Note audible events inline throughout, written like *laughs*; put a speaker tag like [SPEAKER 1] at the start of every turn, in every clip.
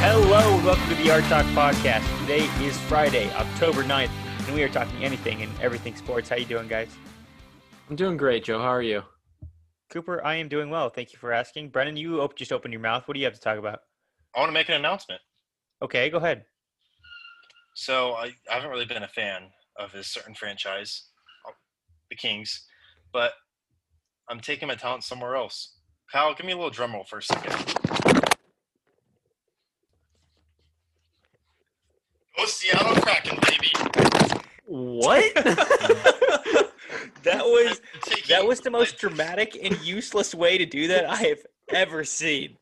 [SPEAKER 1] Hello and welcome to the Art Talk Podcast. Today is Friday, October 9th, and we are talking anything and everything sports. How you doing, guys?
[SPEAKER 2] I'm doing great, Joe. How are you?
[SPEAKER 1] Cooper, I am doing well. Thank you for asking. Brennan, you op- just opened your mouth. What do you have to talk about?
[SPEAKER 3] I want to make an announcement.
[SPEAKER 1] Okay, go ahead.
[SPEAKER 3] So I, I haven't really been a fan of this certain franchise, uh, the Kings, but I'm taking my talent somewhere else. Kyle, give me a little drum roll for a second. Go Seattle Kraken, baby!
[SPEAKER 1] *laughs*
[SPEAKER 3] *laughs*
[SPEAKER 2] What?
[SPEAKER 1] That was
[SPEAKER 3] I'm taking
[SPEAKER 1] that was the
[SPEAKER 3] *laughs*
[SPEAKER 1] most
[SPEAKER 3] my-
[SPEAKER 1] dramatic and useless way to do that I have ever seen.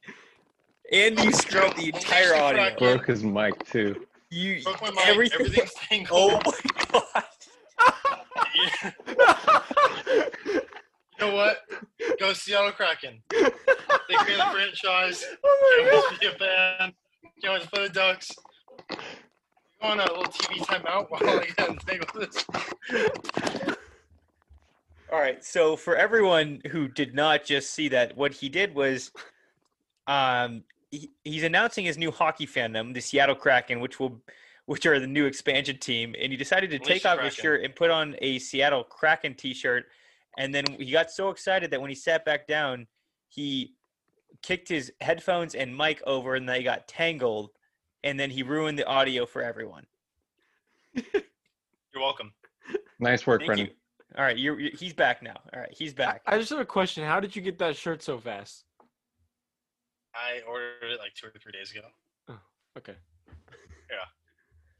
[SPEAKER 1] And you screwed up the entire audio.
[SPEAKER 4] broke his mic too.
[SPEAKER 1] You
[SPEAKER 3] broke my mind.
[SPEAKER 1] everything. *laughs*
[SPEAKER 3] Everything's tangled. *laughs*
[SPEAKER 1] Oh my god!
[SPEAKER 3] Oh you know what? Go Seattle
[SPEAKER 1] *laughs*
[SPEAKER 3] Kraken. Take me the franchise. Can't
[SPEAKER 2] oh
[SPEAKER 3] always be a fan. Can't always play the Ducks. Go on a little TV timeout while I get untangle this.
[SPEAKER 1] All right. So for everyone who did not just see that, what he did was, um, he, he's announcing his new hockey fandom, the Seattle Kraken, which will, which are the new expansion team, and he decided to take
[SPEAKER 3] Alicia
[SPEAKER 1] off his
[SPEAKER 3] Kraken.
[SPEAKER 1] shirt and put on a Seattle Kraken T-shirt, and then he got so excited that when he sat back down, he kicked his headphones and mic over, and they got tangled, and then he ruined the audio for everyone.
[SPEAKER 3] You're welcome.
[SPEAKER 4] Nice work,
[SPEAKER 1] Thank
[SPEAKER 4] Brendan.
[SPEAKER 1] you. All right, you're, you're- he's back now. All right, he's
[SPEAKER 2] I
[SPEAKER 1] back.
[SPEAKER 2] I just have a question. How did you get that shirt so fast?
[SPEAKER 3] I ordered it like two or three days ago.
[SPEAKER 2] Okay.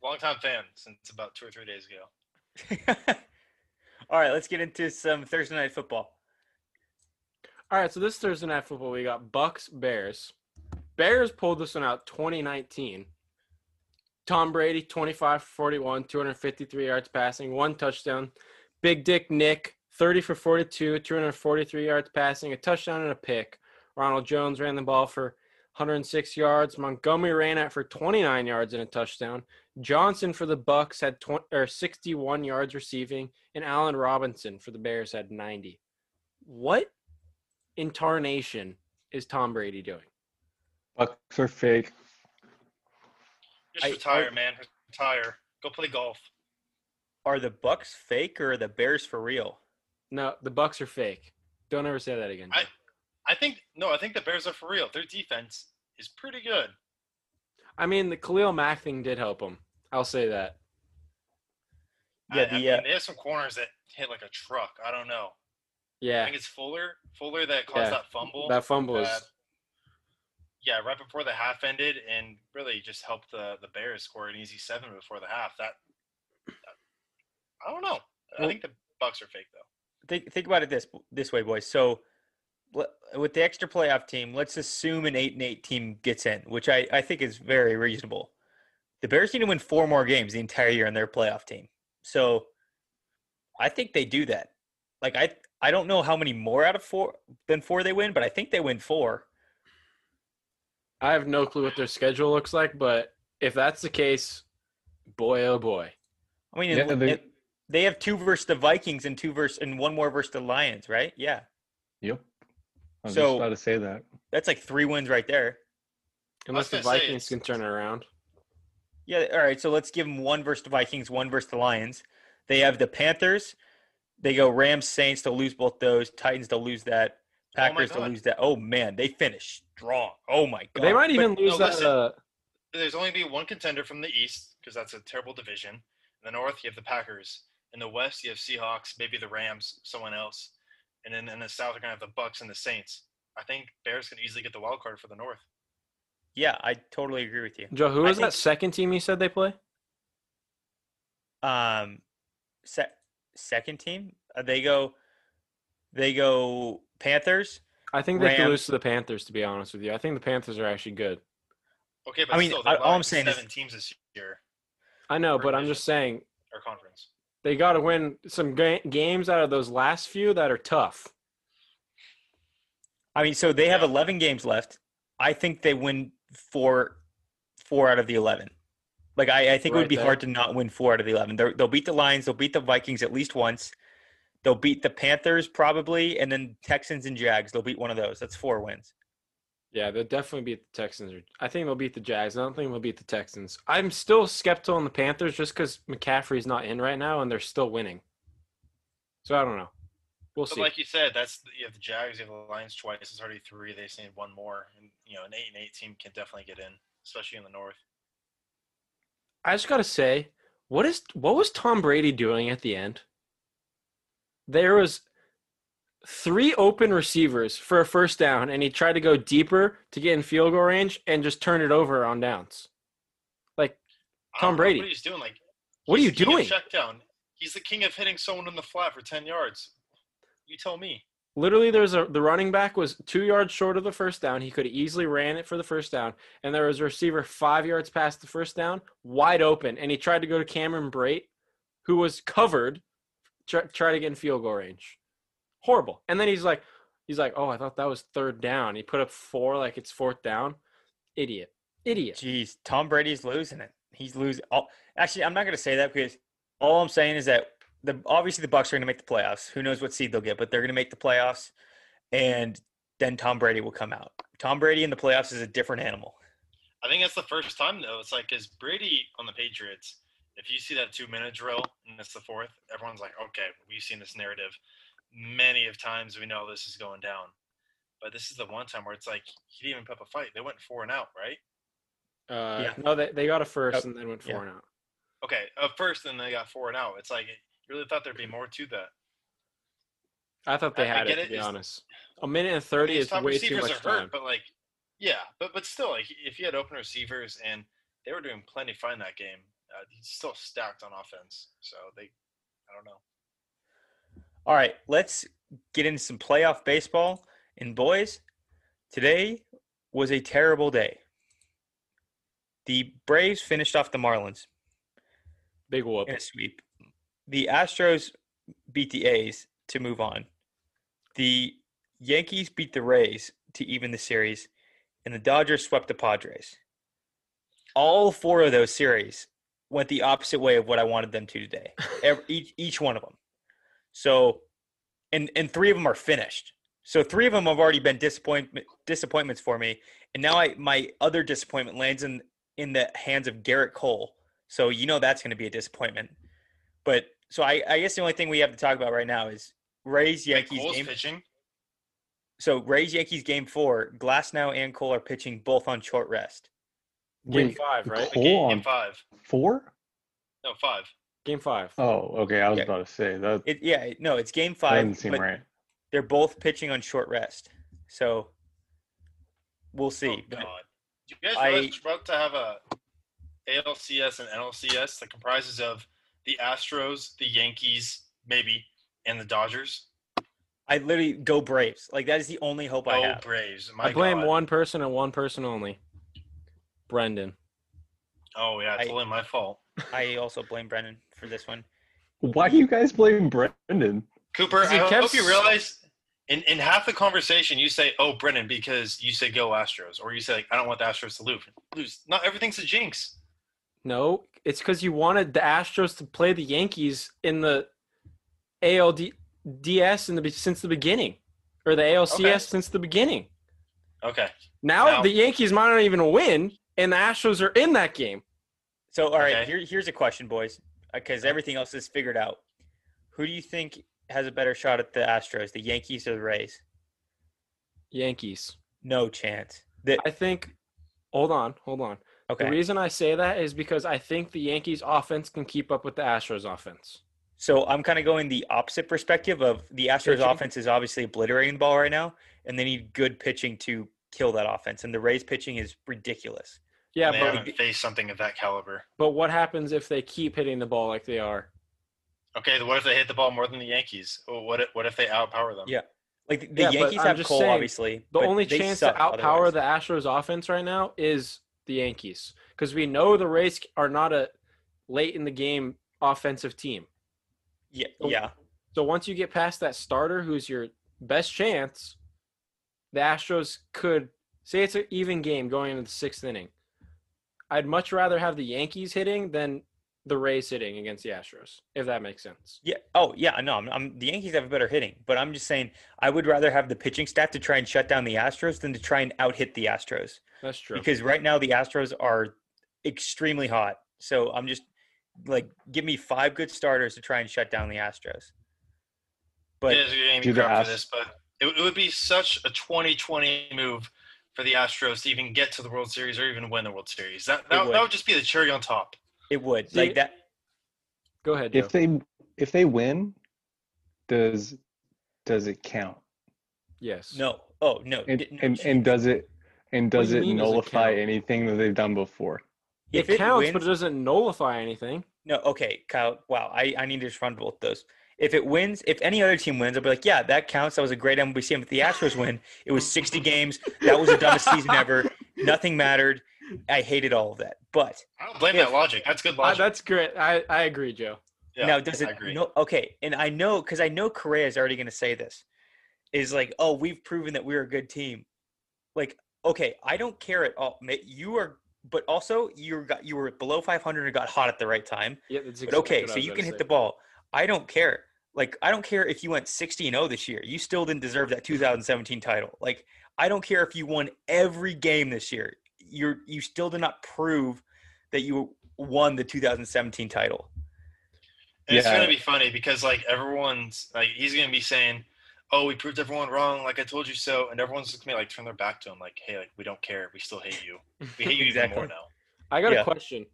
[SPEAKER 3] Longtime fan since about two or three days ago.
[SPEAKER 1] *laughs* All right, let's get into some Thursday night football.
[SPEAKER 2] All right. So this Thursday night football, we got Bucks Bears. Bears pulled this one out 2019. Tom Brady 25 for 41, 253 yards passing, one touchdown. Big Dick Nick 30 for 42, 243 yards passing, a touchdown and a pick. Ronald Jones ran the ball for 106 yards. Montgomery ran it for 29 yards and a touchdown. Johnson for the Bucks had 20, or 61 yards receiving, and Allen Robinson for the Bears had 90. What in tarnation is Tom Brady doing?
[SPEAKER 4] Bucks are fake.
[SPEAKER 3] Just
[SPEAKER 1] I-
[SPEAKER 3] retire, man. Retire. Go play golf.
[SPEAKER 1] Are the Bucks fake or are the Bears for real?
[SPEAKER 2] No, the Bucks are fake. Don't ever say that again.
[SPEAKER 3] I- I think no. I think the Bears are for real. Their defense is pretty good.
[SPEAKER 2] I mean, the Khalil Mack thing did help him. I'll say that.
[SPEAKER 1] Yeah,
[SPEAKER 3] I,
[SPEAKER 1] the,
[SPEAKER 3] I mean,
[SPEAKER 1] uh,
[SPEAKER 3] they have some corners that hit like a truck. I don't know. I
[SPEAKER 2] Yeah,
[SPEAKER 3] think it's Fuller. Fuller that caused
[SPEAKER 2] Yeah.
[SPEAKER 3] that fumble.
[SPEAKER 2] that fumble is.
[SPEAKER 3] bad. yeah, right before the half ended, and really just helped the the Bears score an easy seven before the half. That, that- I don't know. I
[SPEAKER 2] Well-
[SPEAKER 3] think the Bucks are fake though.
[SPEAKER 1] Think think about it this this way, boys. So le- with the extra playoff team, let's assume an eight and eight team gets in, which I, I think is very reasonable. The Bears need to win four more games the entire year in their playoff team. So I think they do that. Like I I don't know how many more out of four than four they win, but I think they win four.
[SPEAKER 2] I have no clue what their schedule looks like, but if that's the case, boy oh boy.
[SPEAKER 1] I mean, and-
[SPEAKER 4] Yeah,
[SPEAKER 1] and
[SPEAKER 4] they-
[SPEAKER 1] they, have two versus the Vikings and two versus and one more versus the Lions, right? Yeah,
[SPEAKER 4] Yep. I was
[SPEAKER 1] So-
[SPEAKER 4] just about to say that.
[SPEAKER 1] that's like three wins right there.
[SPEAKER 2] Unless the
[SPEAKER 3] gonna say
[SPEAKER 2] Vikings
[SPEAKER 3] it's-
[SPEAKER 2] can turn it around.
[SPEAKER 1] Yeah, all right. So let's give them one versus the Vikings, one versus the Lions. They have the Panthers. They go Rams, Saints. They'll lose both those. Titans. They'll lose that.
[SPEAKER 3] my
[SPEAKER 1] Packers. they'll
[SPEAKER 3] God.
[SPEAKER 1] lose that. Oh man, they finish strong. Oh my god.
[SPEAKER 2] They might
[SPEAKER 1] But-
[SPEAKER 2] even lose
[SPEAKER 3] no,
[SPEAKER 2] that.
[SPEAKER 3] listen.
[SPEAKER 2] Uh,
[SPEAKER 3] There's only be one contender from the East because that's a terrible division. In the North, you have the Packers. In the West, you have Seahawks, maybe the Rams, someone else. And then in the South, you're gonna have the Bucks and the Saints. I think Bears can easily get the wild card for the North.
[SPEAKER 1] Yeah, I totally agree with you.
[SPEAKER 2] Joe, who
[SPEAKER 1] I
[SPEAKER 2] was that
[SPEAKER 1] think-
[SPEAKER 2] second team you said they play?
[SPEAKER 1] Um, se- second team. Uh, they go. They go Panthers.
[SPEAKER 2] I think they could
[SPEAKER 1] Rams.
[SPEAKER 2] lose to the Panthers. To be honest with you, I think the Panthers are actually good.
[SPEAKER 3] Okay, but
[SPEAKER 1] I mean,
[SPEAKER 3] still,
[SPEAKER 1] I-
[SPEAKER 3] there
[SPEAKER 1] all
[SPEAKER 3] are
[SPEAKER 1] I'm saying is-
[SPEAKER 3] seven teams this year
[SPEAKER 2] I know, but I'm
[SPEAKER 3] Division.
[SPEAKER 2] just saying
[SPEAKER 3] or conference.
[SPEAKER 2] they got to win some ga- games out of those last few that are tough.
[SPEAKER 1] I mean, so they have
[SPEAKER 3] Yeah.
[SPEAKER 1] 11 games left. I think they win four, four out of the 11. Like I, I think it would
[SPEAKER 2] Right
[SPEAKER 1] be
[SPEAKER 2] there.
[SPEAKER 1] hard to not win four out of the 11. They're, they'll beat the Lions. They'll beat the Vikings at least once. They'll beat the Panthers probably, and then Texans and Jags. They'll beat one of those. That's four wins.
[SPEAKER 2] Yeah, they'll definitely beat the Texans. Or, I think they'll beat the Jags. I don't think they'll beat the Texans. I'm still skeptical on the Panthers just because McCaffrey's not in right now and they're still winning. So I don't know. We'll
[SPEAKER 3] But
[SPEAKER 2] see.
[SPEAKER 3] like you said, that's you have the Jags, you have the Lions twice. It's already three. They just need one more, and you know an eight and eight team can definitely get in, especially in the North.
[SPEAKER 2] I just gotta say, what is what was Tom Brady doing at the end? There was three open receivers for a first down, and he tried to go deeper to get in field goal range and just turn it over on downs.
[SPEAKER 3] I
[SPEAKER 2] Tom
[SPEAKER 3] don't know
[SPEAKER 2] Brady.
[SPEAKER 3] What he's doing? Like
[SPEAKER 2] What are
[SPEAKER 3] he's
[SPEAKER 2] you
[SPEAKER 3] the king of
[SPEAKER 2] doing?
[SPEAKER 3] Check down. He's the king of hitting someone in the flat for ten yards. You tell me.
[SPEAKER 2] Literally, there's a the running back was two yards short of the first down. He could have easily ran it for the first down, and there was a receiver five yards past the first down, wide open, and he tried to go to Cameron Brait, who was covered, try, try to get in field goal range. Horrible. And then he's like, he's like, oh, I thought that was third down. He put up four, like it's fourth down. Idiot, idiot.
[SPEAKER 1] Jeez, Tom Brady's losing it. He's losing. All, actually, I'm not going to say that because all I'm saying is that the obviously the Bucks are going to make the playoffs. Who knows what seed they'll get, but they're going to make the playoffs, and then Tom Brady will come out. Tom Brady in the playoffs is a different animal.
[SPEAKER 3] I think that's the first time though. It's like because Brady on the Patriots, if you see that two minute drill and it's the fourth, everyone's like, okay, we've seen this narrative many of times. We know this is going down, but this is the one time where it's like he didn't even put up a fight. They went four and out, right?
[SPEAKER 2] Uh,
[SPEAKER 1] Yeah.
[SPEAKER 2] No, they, they got a first
[SPEAKER 1] Oh,
[SPEAKER 2] and then went four
[SPEAKER 1] yeah.
[SPEAKER 2] and out.
[SPEAKER 3] Okay, at first, then they got four and out. It's like you really thought there'd be more to that.
[SPEAKER 2] I thought they
[SPEAKER 3] I- I
[SPEAKER 2] had it.
[SPEAKER 3] get
[SPEAKER 2] To
[SPEAKER 3] it.
[SPEAKER 2] be
[SPEAKER 3] It's-
[SPEAKER 2] honest, a minute and
[SPEAKER 3] I mean,
[SPEAKER 2] thirty
[SPEAKER 3] his
[SPEAKER 2] is way too much time.
[SPEAKER 3] but like, yeah, but but still, like if you had open receivers and they were doing plenty fine that game, uh, he's still stacked on offense. So they, I don't know.
[SPEAKER 1] All right, let's get into some playoff baseball. And boys, today was a terrible day. The Braves finished off the Marlins.
[SPEAKER 2] Big whoop.
[SPEAKER 1] in a sweep. The Astros beat the A's to move on. The Yankees beat the Rays to even the series, and the Dodgers swept the Padres. All four of those series went the opposite way of what I wanted them to today. Ev- each each one of them. So, and and three of them are finished. So three of them have already been disappointment disappointments for me, and now I my other disappointment lands in in the hands of Garrett Cole. So you know that's going to be a disappointment. But so I, I guess the only thing we have to talk about right now is Rays
[SPEAKER 3] Nick
[SPEAKER 1] Yankees
[SPEAKER 3] Cole's
[SPEAKER 1] game.
[SPEAKER 3] pitching.
[SPEAKER 1] So Rays Yankees game four. Glass now and Cole are pitching both on short rest.
[SPEAKER 2] Game
[SPEAKER 4] Wait,
[SPEAKER 2] five,
[SPEAKER 1] Oh,
[SPEAKER 2] right?
[SPEAKER 4] Cole
[SPEAKER 3] game,
[SPEAKER 1] um,
[SPEAKER 4] on
[SPEAKER 3] five.
[SPEAKER 4] four?
[SPEAKER 3] No, five.
[SPEAKER 2] Game five.
[SPEAKER 4] Oh, okay. I was
[SPEAKER 1] Yeah.
[SPEAKER 4] about to say that
[SPEAKER 1] It, yeah, it- no, it's game
[SPEAKER 4] that
[SPEAKER 1] five.
[SPEAKER 4] doesn't seem
[SPEAKER 1] but
[SPEAKER 4] right.
[SPEAKER 1] They're both pitching on short rest. So we'll see.
[SPEAKER 3] Oh,
[SPEAKER 1] But
[SPEAKER 3] God. Do you guys
[SPEAKER 1] I-
[SPEAKER 3] realize we're about to have a ALCS and NLCS that comprises of the Astros, the Yankees, maybe, and the Dodgers?
[SPEAKER 1] I literally go Braves. Like that is the only hope I
[SPEAKER 2] *laughs*
[SPEAKER 3] Oh,
[SPEAKER 1] have.
[SPEAKER 3] Braves. My
[SPEAKER 2] I blame
[SPEAKER 3] God.
[SPEAKER 2] one person and one person only. Brendan.
[SPEAKER 3] Oh, yeah,
[SPEAKER 1] I-
[SPEAKER 3] totally my fault.
[SPEAKER 1] I also blame Brennan for this one.
[SPEAKER 4] Why do you guys blame Brendan?
[SPEAKER 3] Cooper,
[SPEAKER 2] Because he
[SPEAKER 3] I
[SPEAKER 2] kept
[SPEAKER 3] hope you
[SPEAKER 2] s-
[SPEAKER 3] realize in, in half the conversation you say, "Oh, Brennan," because you say "Go Astros," or you say, like, "I don't want the Astros to lose." Lose. Not everything's a jinx.
[SPEAKER 2] No, it's because you wanted the Astros to play the Yankees in the ALDS in the be- since the beginning, or the ALCS
[SPEAKER 3] Okay.
[SPEAKER 2] since the beginning.
[SPEAKER 3] Okay.
[SPEAKER 2] Now,
[SPEAKER 3] Now-
[SPEAKER 2] the Yankees might not even win, and the Astros are in that game.
[SPEAKER 1] So, all right,
[SPEAKER 3] Okay.
[SPEAKER 1] here, here's a question, boys, because everything else is figured out. Who do you think has a better shot at the Astros, the Yankees or the Rays?
[SPEAKER 2] Yankees.
[SPEAKER 1] No chance. The,
[SPEAKER 2] I think. Hold on, hold on. The
[SPEAKER 1] okay.
[SPEAKER 2] reason I say that is because I think the Yankees offense can keep up with the Astros offense.
[SPEAKER 1] So I'm kind of going the opposite perspective of the Astros
[SPEAKER 2] Pitching?
[SPEAKER 1] offense is obviously obliterating the ball right now, and they need good pitching to kill that offense. And the Rays pitching is ridiculous.
[SPEAKER 2] Yeah,
[SPEAKER 3] they
[SPEAKER 2] but
[SPEAKER 3] haven't faced something of that caliber.
[SPEAKER 2] but what happens if they keep hitting the ball like they are?
[SPEAKER 3] Okay, then what if they hit the ball more than the Yankees? Or What if, what if they outpower them?
[SPEAKER 1] Yeah. Like the, the
[SPEAKER 2] Yeah, but
[SPEAKER 1] Yankees
[SPEAKER 2] I'm
[SPEAKER 1] have
[SPEAKER 2] just
[SPEAKER 1] Cole,
[SPEAKER 2] saying,
[SPEAKER 1] obviously.
[SPEAKER 2] The
[SPEAKER 1] but
[SPEAKER 2] only
[SPEAKER 1] they
[SPEAKER 2] chance to
[SPEAKER 1] suck
[SPEAKER 2] outpower
[SPEAKER 1] otherwise.
[SPEAKER 2] the Astros offense right now is the Yankees because we know the Rays are not a late in the game offensive team.
[SPEAKER 1] Yeah, yeah.
[SPEAKER 2] So once you get past that starter, who's your best chance, the Astros could say it's an even game going into the sixth inning. I'd much rather have the Yankees hitting than the Rays hitting against the Astros, if that makes sense.
[SPEAKER 1] Yeah. Oh, yeah. No, I'm, I'm the Yankees have a better hitting, but I'm just saying I would rather have the pitching staff to try and shut down the Astros than to try and out hit the Astros
[SPEAKER 2] That's true.
[SPEAKER 1] because right now the Astros are extremely hot. So I'm just like, give me five good starters to try and shut down the Astros. But
[SPEAKER 3] you guys are getting me
[SPEAKER 4] Do the
[SPEAKER 3] crap
[SPEAKER 4] Ast-
[SPEAKER 3] for this, but it, it would be such a 2020 move for the Astros to even get to the World Series or even win the World Series. That that,
[SPEAKER 1] would.
[SPEAKER 3] that would just be the cherry on top.
[SPEAKER 1] it would
[SPEAKER 2] See-
[SPEAKER 1] like that.
[SPEAKER 2] Go ahead, Joe.
[SPEAKER 4] If they if they win, does does it count?
[SPEAKER 2] yes.
[SPEAKER 1] No. Oh no.
[SPEAKER 4] And
[SPEAKER 1] Did- no,
[SPEAKER 4] and, and does it and
[SPEAKER 2] What do
[SPEAKER 4] does
[SPEAKER 2] you
[SPEAKER 4] it
[SPEAKER 2] mean does it
[SPEAKER 4] nullify
[SPEAKER 2] count?
[SPEAKER 4] anything that they've done before?
[SPEAKER 1] if
[SPEAKER 2] it, counts,
[SPEAKER 1] wins,
[SPEAKER 2] but it doesn't nullify anything.
[SPEAKER 1] No, okay, Kyle. Wow, I, I need to respond to both those. If it wins, if any other team wins, I'll be like, yeah, that counts. That was a great MVC. And if the Astros win, it was 60 games. That was the dumbest season ever. Nothing mattered. I hated all of that. But
[SPEAKER 3] I don't blame
[SPEAKER 1] Yeah.
[SPEAKER 3] that logic. That's good
[SPEAKER 2] Uh,
[SPEAKER 3] logic.
[SPEAKER 2] that's great. I, I agree, Joe.
[SPEAKER 3] yeah,
[SPEAKER 1] now, does
[SPEAKER 3] I
[SPEAKER 1] it?
[SPEAKER 3] agree.
[SPEAKER 1] No, okay, and I know because I know Correa is already going to say this. Is like, oh, we've proven that we're a good team. Like, okay, I don't care at all. Ma- You are, but also you got you were below 500 and got hot at the right time.
[SPEAKER 2] Yeah, that's
[SPEAKER 1] But okay, so you can hit the ball. I don't care. Like I don't care if you went 60 and 0 this year. You still didn't deserve that 2017 title. Like I don't care if you won every game this year. You're you still did not prove that you won the 2017 title.
[SPEAKER 3] And It's
[SPEAKER 4] Yeah.
[SPEAKER 3] gonna be funny because like everyone's like he's gonna be saying, "Oh, we proved everyone wrong. Like I told you so," and everyone's just gonna be like turn their back to him, like, "Hey, like we don't care. We still hate you. We
[SPEAKER 1] *laughs*
[SPEAKER 3] hate you
[SPEAKER 1] Exactly.
[SPEAKER 3] even more now."
[SPEAKER 2] I got
[SPEAKER 1] Yeah.
[SPEAKER 2] a question.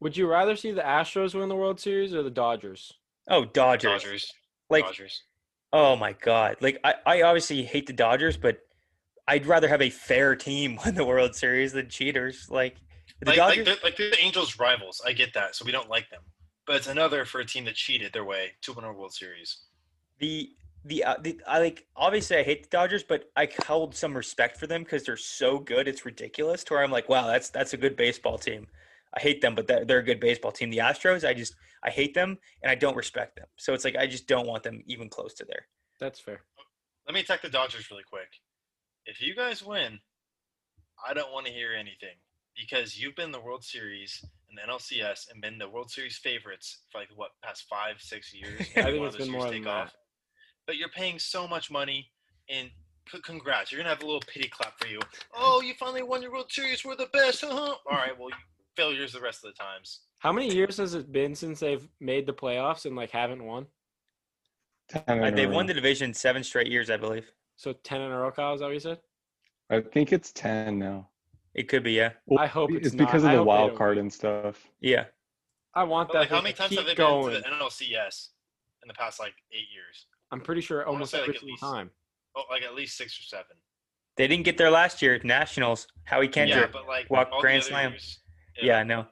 [SPEAKER 2] Would you rather see the Astros win the World Series or the Dodgers?
[SPEAKER 1] Oh, Dodgers.
[SPEAKER 3] Dodgers,
[SPEAKER 1] Like
[SPEAKER 3] Dodgers.
[SPEAKER 1] oh my god. Like I, I obviously hate the Dodgers, but I'd rather have a fair team *laughs* win the World Series than cheaters. Like the
[SPEAKER 3] Like,
[SPEAKER 1] Dodgers
[SPEAKER 3] like, they're, like they're the Angels' rivals. I get that, so we don't like them. But it's another for a team that cheated their way to win a World Series.
[SPEAKER 1] the the, uh, the I like obviously I hate the Dodgers, but I held some respect for them because they're so good. It's ridiculous to where I'm like, wow, that's that's a good baseball team. I hate them, but they're, they're a good baseball team. The Astros, I just I hate them and I don't respect them. So it's like I just don't want them even close to there.
[SPEAKER 2] That's fair.
[SPEAKER 3] Let me attack the Dodgers really quick. If you guys win, I don't want to hear anything because you've been the World Series and the NLCS and been the World Series favorites for like what past five, six years.
[SPEAKER 2] *laughs* I
[SPEAKER 3] maybe
[SPEAKER 2] think
[SPEAKER 3] one
[SPEAKER 2] it's
[SPEAKER 3] of those
[SPEAKER 2] been
[SPEAKER 3] years
[SPEAKER 2] more than
[SPEAKER 3] take
[SPEAKER 2] that.
[SPEAKER 3] off. But you're paying so much money, and c- congrats, you're gonna have a little pity clap
[SPEAKER 2] *laughs*
[SPEAKER 3] for you. Oh, you finally won your World Series. We're the best. *laughs* huh? All right, well, you failures the rest of the times.
[SPEAKER 2] How many years has it been since they've made the playoffs and like haven't won?
[SPEAKER 4] Time
[SPEAKER 1] Uh,
[SPEAKER 4] in a
[SPEAKER 1] They
[SPEAKER 4] row.
[SPEAKER 1] won the division seven straight years, I believe.
[SPEAKER 2] So ten in a row, Kyle. Is that what you said?
[SPEAKER 4] I think it's ten now.
[SPEAKER 1] It could be yeah,
[SPEAKER 4] Well,
[SPEAKER 2] I hope it's,
[SPEAKER 4] It's because
[SPEAKER 2] not.
[SPEAKER 4] of
[SPEAKER 2] I
[SPEAKER 4] the
[SPEAKER 2] hope they
[SPEAKER 4] wild
[SPEAKER 2] don't
[SPEAKER 4] card
[SPEAKER 2] win.
[SPEAKER 4] and stuff.
[SPEAKER 1] yeah.
[SPEAKER 2] I want
[SPEAKER 3] But
[SPEAKER 2] that.
[SPEAKER 3] like, how
[SPEAKER 2] thing
[SPEAKER 3] many
[SPEAKER 2] to
[SPEAKER 3] times have
[SPEAKER 2] keep
[SPEAKER 3] they been
[SPEAKER 2] going?
[SPEAKER 3] to the NLCS in the past like eight years?
[SPEAKER 2] I'm pretty sure
[SPEAKER 3] wanna
[SPEAKER 2] almost
[SPEAKER 3] say, like,
[SPEAKER 2] every
[SPEAKER 3] at
[SPEAKER 2] single
[SPEAKER 3] least-
[SPEAKER 2] time.
[SPEAKER 3] Oh, like at least six or seven.
[SPEAKER 1] They didn't get there last year. Nationals, Howie Kendrick.
[SPEAKER 3] Yeah,
[SPEAKER 1] Yeah,
[SPEAKER 3] but like
[SPEAKER 1] Walk
[SPEAKER 3] all the
[SPEAKER 1] Grand
[SPEAKER 3] other
[SPEAKER 1] Slam.
[SPEAKER 3] years-
[SPEAKER 1] I know.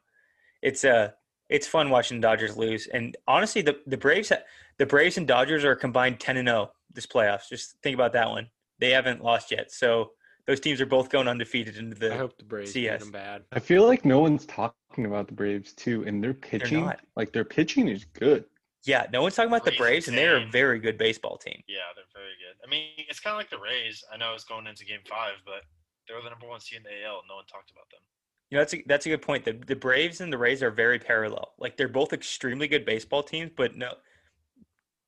[SPEAKER 1] It's uh it's fun watching the Dodgers lose. And honestly, the the Braves ha- the Braves and Dodgers are combined 10 and 0 this playoffs. Just think about that one. They haven't lost yet. So those teams are both going undefeated into
[SPEAKER 2] I
[SPEAKER 1] the
[SPEAKER 2] hope the Braves
[SPEAKER 1] see,
[SPEAKER 2] get
[SPEAKER 1] yes.
[SPEAKER 2] them bad.
[SPEAKER 4] I feel like no one's talking about the Braves too, and their pitching,
[SPEAKER 1] not.
[SPEAKER 4] like their pitching is good.
[SPEAKER 1] Yeah, no one's talking about the
[SPEAKER 3] Braves
[SPEAKER 1] Braves and they're a
[SPEAKER 3] team.
[SPEAKER 1] very good baseball team.
[SPEAKER 3] Yeah, they're very good. I mean, it's kind of like the Rays. I know it's going into Game Five, but they were the number one seed in the AL. No one talked about them.
[SPEAKER 1] You know, that's a, that's a good point. The the Braves and the Rays are very parallel. Like they're both extremely good baseball teams, but no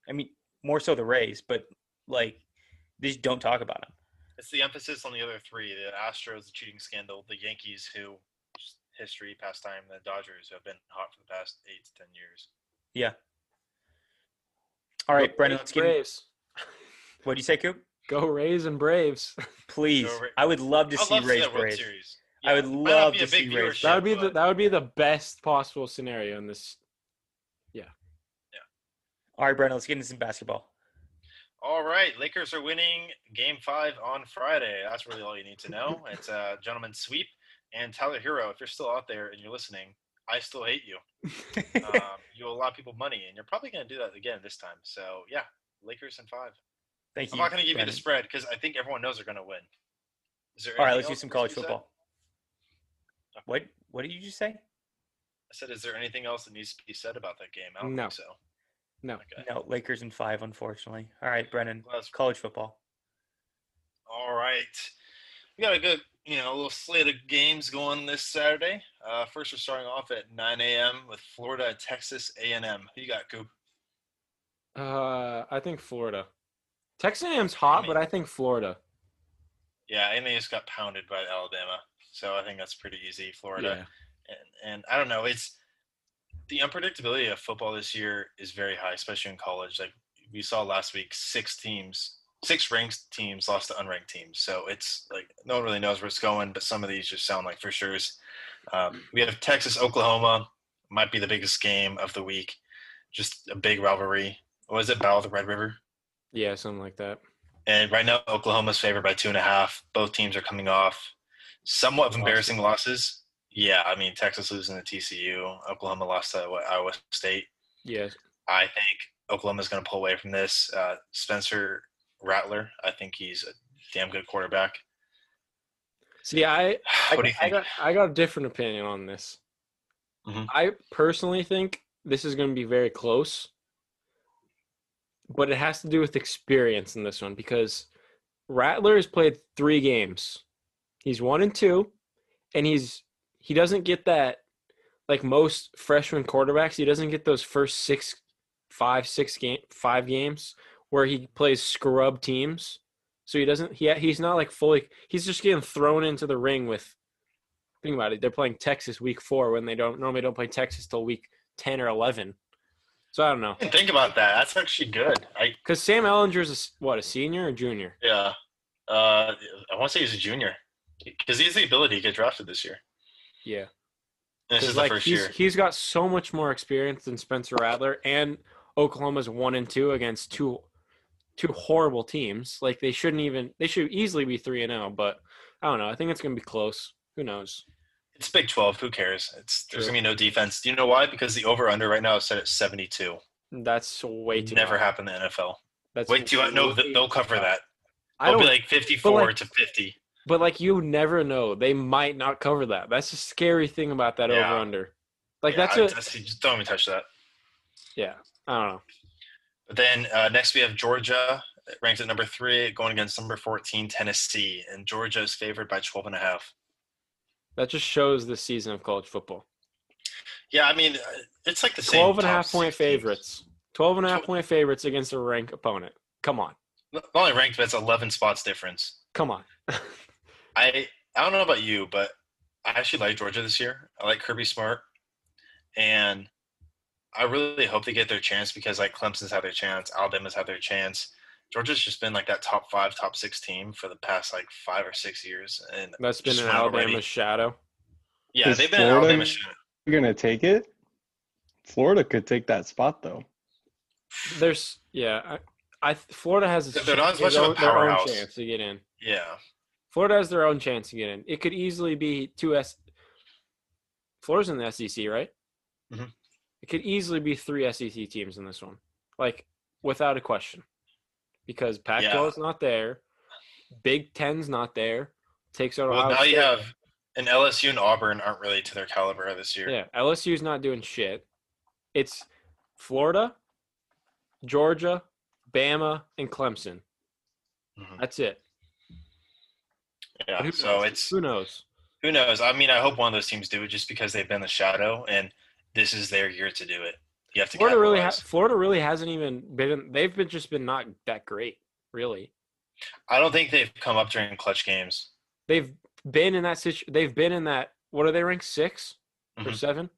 [SPEAKER 1] I mean, more so the Rays, but like they just don't talk about them.
[SPEAKER 3] It's the emphasis on the other three: the Astros, the cheating scandal, the Yankees, who just history, past time, the Dodgers, who have been hot for the past eight to ten years.
[SPEAKER 1] All right,
[SPEAKER 2] Go
[SPEAKER 1] Brendan,
[SPEAKER 2] Rays,
[SPEAKER 1] let's get in-
[SPEAKER 2] Braves.
[SPEAKER 1] What do you say, Coop?
[SPEAKER 2] Go Rays and Braves. *laughs*
[SPEAKER 1] Please,
[SPEAKER 3] Go Ra-
[SPEAKER 1] I would love to
[SPEAKER 3] I'd
[SPEAKER 1] see
[SPEAKER 3] love to see
[SPEAKER 1] Rays
[SPEAKER 3] that World
[SPEAKER 1] Braves.
[SPEAKER 3] Series.
[SPEAKER 1] I would
[SPEAKER 3] it might not
[SPEAKER 1] love
[SPEAKER 3] be
[SPEAKER 1] to
[SPEAKER 3] a big
[SPEAKER 1] see Rays.
[SPEAKER 3] viewership,
[SPEAKER 2] That would be the
[SPEAKER 3] but
[SPEAKER 2] that would be the best possible scenario in this.
[SPEAKER 1] All right, Brendan, let's get into some
[SPEAKER 3] *laughs*
[SPEAKER 1] basketball.
[SPEAKER 3] All right, Lakers are winning Game Five on Friday. That's really all you need
[SPEAKER 1] *laughs*
[SPEAKER 3] to know. It's a gentleman's sweep. And Tyler Hero, if you're still out there and you're listening, I still hate you.
[SPEAKER 1] *laughs*
[SPEAKER 3] Um, you owe a lot of people money, and you're probably going to do that again this time. So yeah, Lakers in five.
[SPEAKER 1] Thank you.
[SPEAKER 3] I'm not going to give you
[SPEAKER 1] Brendan.
[SPEAKER 3] the spread because I think everyone knows they're going to win. Is there
[SPEAKER 1] All right, let's
[SPEAKER 3] anything
[SPEAKER 1] do
[SPEAKER 3] else
[SPEAKER 1] some
[SPEAKER 3] that
[SPEAKER 1] college
[SPEAKER 3] you said?
[SPEAKER 1] football.
[SPEAKER 3] Okay.
[SPEAKER 1] What What did you just say?
[SPEAKER 3] I said, is there anything else that needs to be said about that game? I don't
[SPEAKER 2] No.
[SPEAKER 3] think so.
[SPEAKER 2] No.
[SPEAKER 3] Okay.
[SPEAKER 1] No, Lakers in five, unfortunately. All right, Brendan,
[SPEAKER 3] Well, that's-
[SPEAKER 1] college football.
[SPEAKER 3] All right. We got a good, you know, a little slate of games going this Saturday. Uh, first, we're starting off at 9 a.m. with Florida at Texas A&M. Who you got, Coop?
[SPEAKER 2] Uh, I think Florida. Texas A&M's hot, but I think Florida.
[SPEAKER 3] Yeah, A&M just got pounded by Alabama, so I think that's pretty easy. Florida, and, and I don't know. It's the unpredictability of football this year is very high, especially in college. Like we saw last week, six teams, six ranked teams lost to unranked teams. So it's like no one really knows where it's going. But some of these just sound like for sure's. Um, we have Texas Oklahoma, might be the biggest game of the week. Just a big rivalry. Was it Battle of the Red River?
[SPEAKER 2] Yeah, something like that.
[SPEAKER 3] And right now, Oklahoma's favored by two and a half. Both teams are coming off somewhat of embarrassing losses. Yeah, I mean, Texas losing to TCU. Oklahoma lost to what, Iowa State.
[SPEAKER 2] Yes.
[SPEAKER 3] I think Oklahoma's going to pull away from this. Uh, Spencer Rattler, I think he's a damn good quarterback.
[SPEAKER 2] See, I I,
[SPEAKER 3] What do you
[SPEAKER 2] I
[SPEAKER 3] think?
[SPEAKER 2] got I got a different opinion on this.
[SPEAKER 3] Mhm.
[SPEAKER 2] I personally think this is going to be very close, but it has to do with experience in this one because Rattler has played three games. He's one and two, and he's he doesn't get that like most freshman quarterbacks. He doesn't get those first six, five, six game five games where he plays scrub teams. So he doesn't. He he's not like fully. He's just getting thrown into the ring with. Think about it. They're playing Texas week four when they don't normally don't play Texas till week ten or eleven. So I don't know.
[SPEAKER 3] I didn't think about that. That's actually good. I
[SPEAKER 2] Because Sam Ellinger's a, s- what a senior or junior.
[SPEAKER 3] yeah. Uh, I want to say he's a junior because he has the ability to get drafted this year.
[SPEAKER 2] Yeah.
[SPEAKER 3] And this is the
[SPEAKER 2] like
[SPEAKER 3] first
[SPEAKER 2] he's
[SPEAKER 3] year.
[SPEAKER 2] he's got so much more experience than Spencer Rattler, and Oklahoma's one and two against two two horrible teams. Like they shouldn't even. They should easily be three and zero. But I don't know. I think it's gonna be close. Who knows?
[SPEAKER 3] It's Big Twelve. Who cares? It's there's
[SPEAKER 2] True.
[SPEAKER 3] gonna be no defense. Do you know why? Because the over under right now is set at 72.
[SPEAKER 2] That's way too.
[SPEAKER 3] Never
[SPEAKER 2] high.
[SPEAKER 3] happened in the NFL.
[SPEAKER 2] That's
[SPEAKER 3] Wait till I no,
[SPEAKER 2] way
[SPEAKER 3] they'll
[SPEAKER 2] too
[SPEAKER 3] cover
[SPEAKER 2] high.
[SPEAKER 3] that.
[SPEAKER 2] I
[SPEAKER 3] It'll
[SPEAKER 2] don't
[SPEAKER 3] be like 54
[SPEAKER 2] like-
[SPEAKER 3] to 50.
[SPEAKER 2] But like you never know. They might not cover that. That's the scary thing about that
[SPEAKER 3] Yeah.
[SPEAKER 2] over under. Like
[SPEAKER 3] Yeah, I-
[SPEAKER 2] that's a
[SPEAKER 3] just don't even touch that.
[SPEAKER 2] yeah. I don't know.
[SPEAKER 3] But then uh, next we have Georgia, ranked at number three, going against number 14 Tennessee, and Georgia is favored by 12 and a half.
[SPEAKER 2] That just shows the season of college football.
[SPEAKER 3] Yeah, I mean uh, it's like the same.
[SPEAKER 2] 12 and a
[SPEAKER 3] top
[SPEAKER 2] half point
[SPEAKER 3] six teams.
[SPEAKER 2] favorites. 12 and a half point favorites against a ranked opponent. Come on.
[SPEAKER 3] Not only ranked, but it's 11 spots difference.
[SPEAKER 2] Come
[SPEAKER 3] *laughs*
[SPEAKER 2] on.
[SPEAKER 3] I I don't know about you, but I actually like Georgia this year. I like Kirby Smart, and I really hope they get their chance because like Clemson's had their chance, Alabama's had their chance. Georgia's just been like that top five, top six team for the past like five or six years, and
[SPEAKER 2] That's been
[SPEAKER 3] Just
[SPEAKER 2] an
[SPEAKER 3] went already.
[SPEAKER 2] Alabama shadow.
[SPEAKER 3] yeah,
[SPEAKER 4] Is
[SPEAKER 3] they've been in
[SPEAKER 4] Florida-
[SPEAKER 3] Alabama. shadow.
[SPEAKER 4] You're gonna take it. Florida could take that spot though.
[SPEAKER 2] There's yeah, I, I Florida has its
[SPEAKER 3] They're not as much
[SPEAKER 2] their
[SPEAKER 3] of a
[SPEAKER 2] own- their own
[SPEAKER 3] powerhouse.
[SPEAKER 2] chance to get in.
[SPEAKER 3] Yeah,
[SPEAKER 2] Florida has their own chance to get in. It could easily be two S. Florida's in the SEC, right?
[SPEAKER 3] Mhm.
[SPEAKER 2] It could easily be three SEC teams in this one, like without a question, because Pac-12 is not there, Big Ten's not there. Takes out
[SPEAKER 3] well
[SPEAKER 2] Ohio
[SPEAKER 3] now you
[SPEAKER 2] State.
[SPEAKER 3] have and LSU and Auburn aren't really to their caliber this year.
[SPEAKER 2] yeah, LSU's not doing shit. It's Florida, Georgia, Bama, and Clemson.
[SPEAKER 3] Mhm.
[SPEAKER 2] That's it.
[SPEAKER 3] Yeah,
[SPEAKER 2] But who
[SPEAKER 3] so
[SPEAKER 2] knows?
[SPEAKER 3] it's
[SPEAKER 2] who knows.
[SPEAKER 3] who knows? I mean, I hope one of those teams do it just because they've been the shadow and this is their year to do it. You have to
[SPEAKER 2] Florida really, ha-
[SPEAKER 3] capitalize.
[SPEAKER 2] Florida really hasn't even been. They've been just been not that great, really.
[SPEAKER 3] I don't think they've come up during clutch games.
[SPEAKER 2] They've been in that situation. They've been in that. What are they ranked 6 or
[SPEAKER 3] Mhm.
[SPEAKER 2] seven?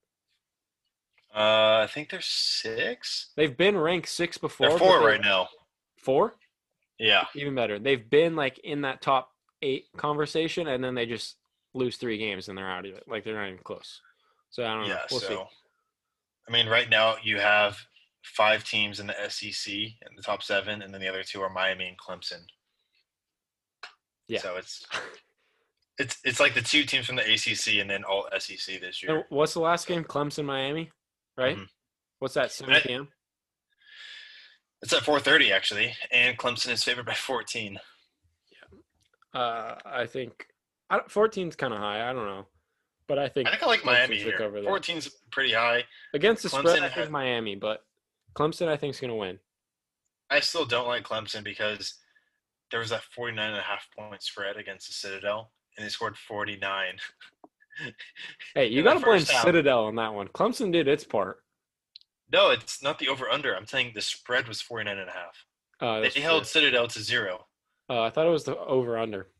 [SPEAKER 3] Uh, I think they're six.
[SPEAKER 2] They've been ranked six before.
[SPEAKER 3] They're
[SPEAKER 2] but
[SPEAKER 3] four
[SPEAKER 2] they-
[SPEAKER 3] right now.
[SPEAKER 2] Four,
[SPEAKER 3] Yeah,
[SPEAKER 2] even better. They've been like in that top eight conversation, and then they just lose three games and they're out of it. Like they're not even close. So I don't know.
[SPEAKER 3] yeah.
[SPEAKER 2] Hmm, We'll
[SPEAKER 3] so,
[SPEAKER 2] see.
[SPEAKER 3] I mean, right now you have five teams in the SEC in the top seven, and then the other two are Miami and Clemson.
[SPEAKER 2] Yeah.
[SPEAKER 3] So it's it's it's like the two teams from the ACC and then all SEC this year.
[SPEAKER 2] And what's the last game? Clemson, Miami, right?
[SPEAKER 3] Mhm.
[SPEAKER 2] What's that? Seven
[SPEAKER 3] I-
[SPEAKER 2] p.m.
[SPEAKER 3] It's at 4:30 actually, and Clemson is favored by 14.
[SPEAKER 2] Uh, I think I don't- 14's kind of high. I don't know, but I think
[SPEAKER 3] I think I like
[SPEAKER 2] Clemson
[SPEAKER 3] Miami
[SPEAKER 2] should
[SPEAKER 3] here.
[SPEAKER 2] cover that.
[SPEAKER 3] 14's pretty high.
[SPEAKER 2] against the spread,
[SPEAKER 3] Clemson
[SPEAKER 2] I think
[SPEAKER 3] had-
[SPEAKER 2] Miami, but Clemson I think is going to win.
[SPEAKER 3] I still don't like Clemson because there was that 49 and a half point spread against the Citadel, and they scored 49.
[SPEAKER 2] Hey, you
[SPEAKER 3] In the
[SPEAKER 2] got to blame
[SPEAKER 3] first half.
[SPEAKER 2] Citadel on that one. Clemson did its part.
[SPEAKER 3] No, it's not the over under. I'm saying the spread was 49 and a half.
[SPEAKER 2] Uh, that's
[SPEAKER 3] They held
[SPEAKER 2] true.
[SPEAKER 3] Citadel to zero.
[SPEAKER 2] Uh, I thought it was the over under.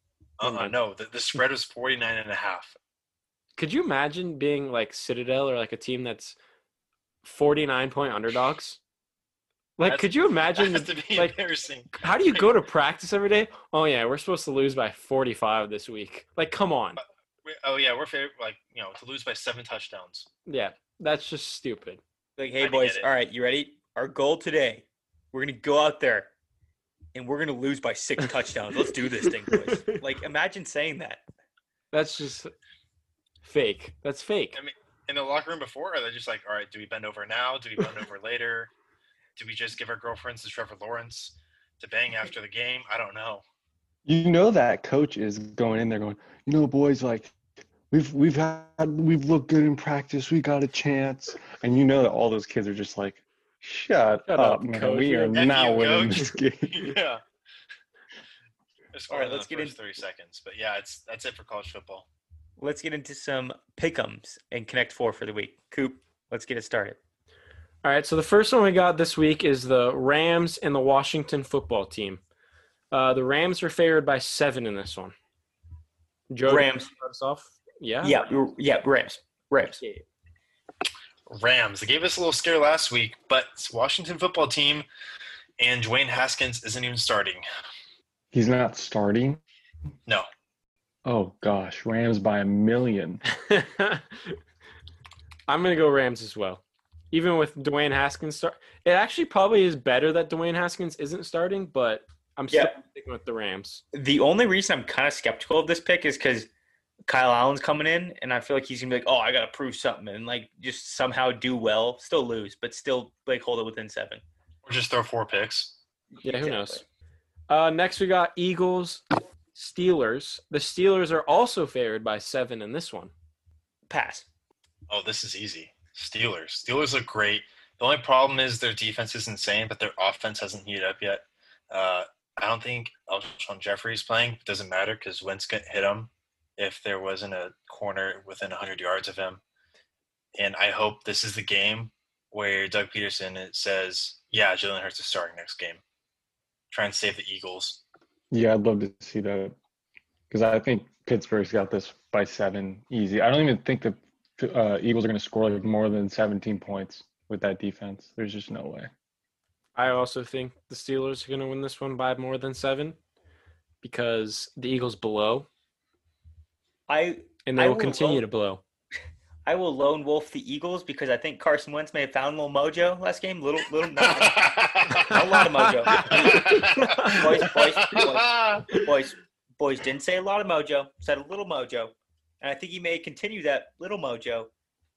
[SPEAKER 3] Uh uh
[SPEAKER 2] Mhm.
[SPEAKER 3] no, the, the spread was 49 and a half. *laughs*
[SPEAKER 2] Could you imagine being like Citadel or like a team that's 49 point underdogs? Like,
[SPEAKER 3] *laughs* That's-
[SPEAKER 2] could you
[SPEAKER 3] That
[SPEAKER 2] imagine?
[SPEAKER 3] has to be
[SPEAKER 2] like,
[SPEAKER 3] embarrassing.
[SPEAKER 2] how do you go to practice every day? Oh, yeah, we're supposed to lose by 45 this week. Like, come on.
[SPEAKER 3] We- Oh yeah, we're favorite. Like you know, to lose by seven touchdowns.
[SPEAKER 2] Yeah, that's just stupid.
[SPEAKER 1] Like,
[SPEAKER 3] I
[SPEAKER 1] hey
[SPEAKER 3] didn't
[SPEAKER 1] boys,
[SPEAKER 3] get it.
[SPEAKER 1] all right, you ready? Our goal today, we're gonna go out there and we're gonna lose by
[SPEAKER 3] *laughs*
[SPEAKER 1] six touchdowns. Let's do this thing, boys. Like imagine saying that.
[SPEAKER 2] That's just fake. That's fake.
[SPEAKER 3] I mean- In the locker room before, are they just like, all right, do we bend over now? Do we bend over later? Do we just give our girlfriends to Trevor Lawrence
[SPEAKER 2] *laughs*
[SPEAKER 3] to bang after the game? I don't know.
[SPEAKER 4] You know that coach is going in there going, you know, boys, like we've we've had we've looked good in practice. We got a chance, and you know that all those kids are just like, shut,
[SPEAKER 2] Shut
[SPEAKER 4] up,
[SPEAKER 2] up,
[SPEAKER 4] man.
[SPEAKER 2] coach.
[SPEAKER 4] We are
[SPEAKER 2] F
[SPEAKER 3] you,
[SPEAKER 4] not winning
[SPEAKER 3] coach." *laughs*
[SPEAKER 4] this game.
[SPEAKER 3] yeah. All right,
[SPEAKER 1] let's
[SPEAKER 3] let's
[SPEAKER 1] get
[SPEAKER 3] get first
[SPEAKER 1] in-
[SPEAKER 3] thirty seconds. But yeah, it's that's it for college football.
[SPEAKER 1] Let's get into some pickums and connect four for the week. Coop, let's get it started.
[SPEAKER 2] All right, so the first one we got this week is the Rams and the Washington football team. Uh, the Rams are favored by seven in this one. Joe do you
[SPEAKER 1] Rams.
[SPEAKER 2] wanna start us off. Yeah.
[SPEAKER 1] Yeah, r- yeah, Rams. Rams.
[SPEAKER 2] Okay.
[SPEAKER 3] Rams. They gave us a little scare last week, but it's Washington football team and Dwayne Haskins isn't even starting.
[SPEAKER 4] He's not starting.
[SPEAKER 3] No.
[SPEAKER 4] Oh gosh, Rams by a million.
[SPEAKER 2] *laughs* I'm gonna go Rams as well. Even with Dwayne Haskins start, it actually probably is better that Dwayne Haskins isn't starting, but I'm still
[SPEAKER 1] Yeah.
[SPEAKER 2] sticking with the Rams.
[SPEAKER 1] The only reason I'm kind of skeptical of this pick is because Kyle Allen's coming in, and I feel like he's gonna be like, "Oh, I gotta prove something," and like just somehow do well, still lose, but still like hold it within seven.
[SPEAKER 3] Or just throw four picks.
[SPEAKER 2] Yeah, who knows? Uh, next, we got Eagles, Steelers. The Steelers are also favored by seven in this one.
[SPEAKER 1] Pass.
[SPEAKER 3] Oh, this is easy. Steelers. Steelers look great. The only problem is their defense is insane, but their offense hasn't heated up yet. Uh, I don't think Elshon Jeffrey is playing. It doesn't matter because Wentz could hit him if there wasn't a corner within 100 yards of him. And I hope this is the game where Doug Peterson says, yeah, Jalen Hurts is starting next game. Try and save the Eagles.
[SPEAKER 4] Yeah, I'd love to see that because I think Pittsburgh's got this by seven easy. I don't even think the uh, Eagles are going to score like more than 17 points with that defense. There's just no way.
[SPEAKER 2] I also think the Steelers are going to win this one by more than seven because the Eagles blow
[SPEAKER 1] I
[SPEAKER 2] and they
[SPEAKER 1] I
[SPEAKER 2] will
[SPEAKER 1] will
[SPEAKER 2] continue
[SPEAKER 1] vote-
[SPEAKER 2] to blow.
[SPEAKER 1] I will lone wolf the Eagles because I think Carson Wentz may have found a little mojo last game. Little little *laughs* not a lot of mojo. boys, boys, boys, boys, boys didn't say a lot of mojo, said a little mojo. And I think he may continue that little mojo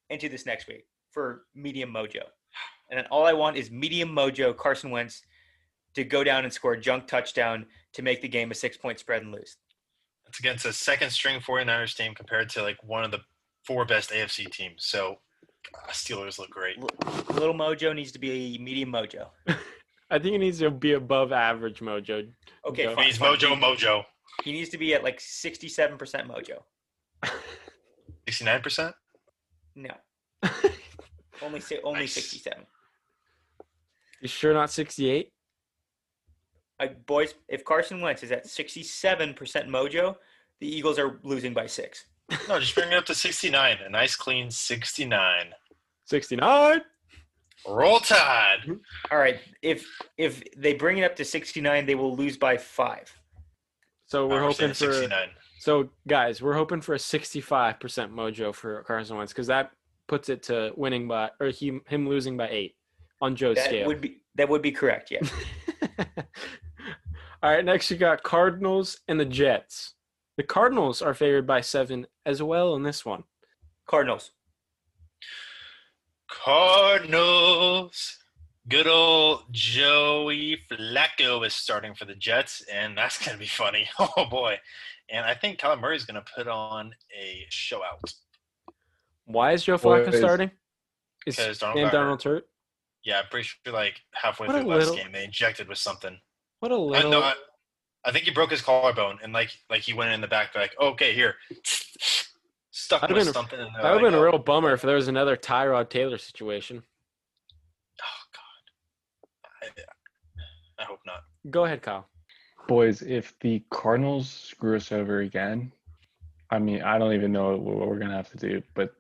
[SPEAKER 1] into this next week for medium mojo. And then all I want is medium mojo Carson Wentz to go down and score a junk touchdown to make the game a six point spread and lose.
[SPEAKER 3] It's against a second string 49ers team compared to like one of the four best AFC teams. So uh, Steelers look great.
[SPEAKER 1] Little mojo needs to be medium mojo.
[SPEAKER 2] I think it needs to be above average mojo. *laughs*
[SPEAKER 1] Okay,
[SPEAKER 2] Yeah.
[SPEAKER 1] fine,
[SPEAKER 3] He's
[SPEAKER 1] fine.
[SPEAKER 3] Mojo Mojo.
[SPEAKER 1] He needs to be at like 67% mojo.
[SPEAKER 3] 69%?
[SPEAKER 1] No. only si- only
[SPEAKER 3] Nice.
[SPEAKER 1] 67.
[SPEAKER 2] You sure not 68?
[SPEAKER 1] I, boys, if Carson Wentz is at 67% mojo, the Eagles are losing by six.
[SPEAKER 3] No, just bring it up to 69. A nice clean 69.
[SPEAKER 2] 69?
[SPEAKER 3] Roll Tide.
[SPEAKER 1] All right, if if they bring it up to 69, they will lose by five.
[SPEAKER 2] So we're
[SPEAKER 3] Uh,
[SPEAKER 2] hoping
[SPEAKER 3] saying
[SPEAKER 2] for.
[SPEAKER 3] 69.
[SPEAKER 2] So, guys, we're hoping for a 65% mojo for Carson Wentz because that puts it to winning by, or he, him losing by eight on Joe's
[SPEAKER 1] That
[SPEAKER 2] scale.
[SPEAKER 1] would be that would be correct. Yeah,
[SPEAKER 2] *laughs*
[SPEAKER 1] *laughs*
[SPEAKER 2] All right, next you got Cardinals and the Jets. The Cardinals are favored by seven as well in this one.
[SPEAKER 1] Cardinals.
[SPEAKER 3] Cardinals. Good old Joey Flacco is starting for the Jets, and that's going to be funny. *laughs* Oh, boy. And I think Kyler Murray's going to put on a show out.
[SPEAKER 2] Why is Joe
[SPEAKER 4] Boy,
[SPEAKER 2] Flacco
[SPEAKER 4] is-
[SPEAKER 2] starting? Is
[SPEAKER 3] Because Donald
[SPEAKER 2] and
[SPEAKER 3] got hurt.
[SPEAKER 2] Donald Turt?
[SPEAKER 3] Yeah, I'm pretty sure like halfway
[SPEAKER 2] What a
[SPEAKER 3] through last
[SPEAKER 2] little-
[SPEAKER 3] game they injected with something.
[SPEAKER 2] What a
[SPEAKER 3] I
[SPEAKER 2] little
[SPEAKER 3] know. I, I think he broke his collarbone and like like he went in the back. They're like, okay, here, stuck
[SPEAKER 2] That'd
[SPEAKER 3] him with
[SPEAKER 2] been a-
[SPEAKER 3] something. and they're
[SPEAKER 2] That would have
[SPEAKER 3] like,
[SPEAKER 2] been a
[SPEAKER 3] "Oh,
[SPEAKER 2] real bummer if there was another Tyrod Taylor situation.
[SPEAKER 3] Oh God, I, I hope not.
[SPEAKER 2] Go ahead, Kyle.
[SPEAKER 4] Boys, if the Cardinals screw us over again, I mean, I don't even know what what we're going to have to do, but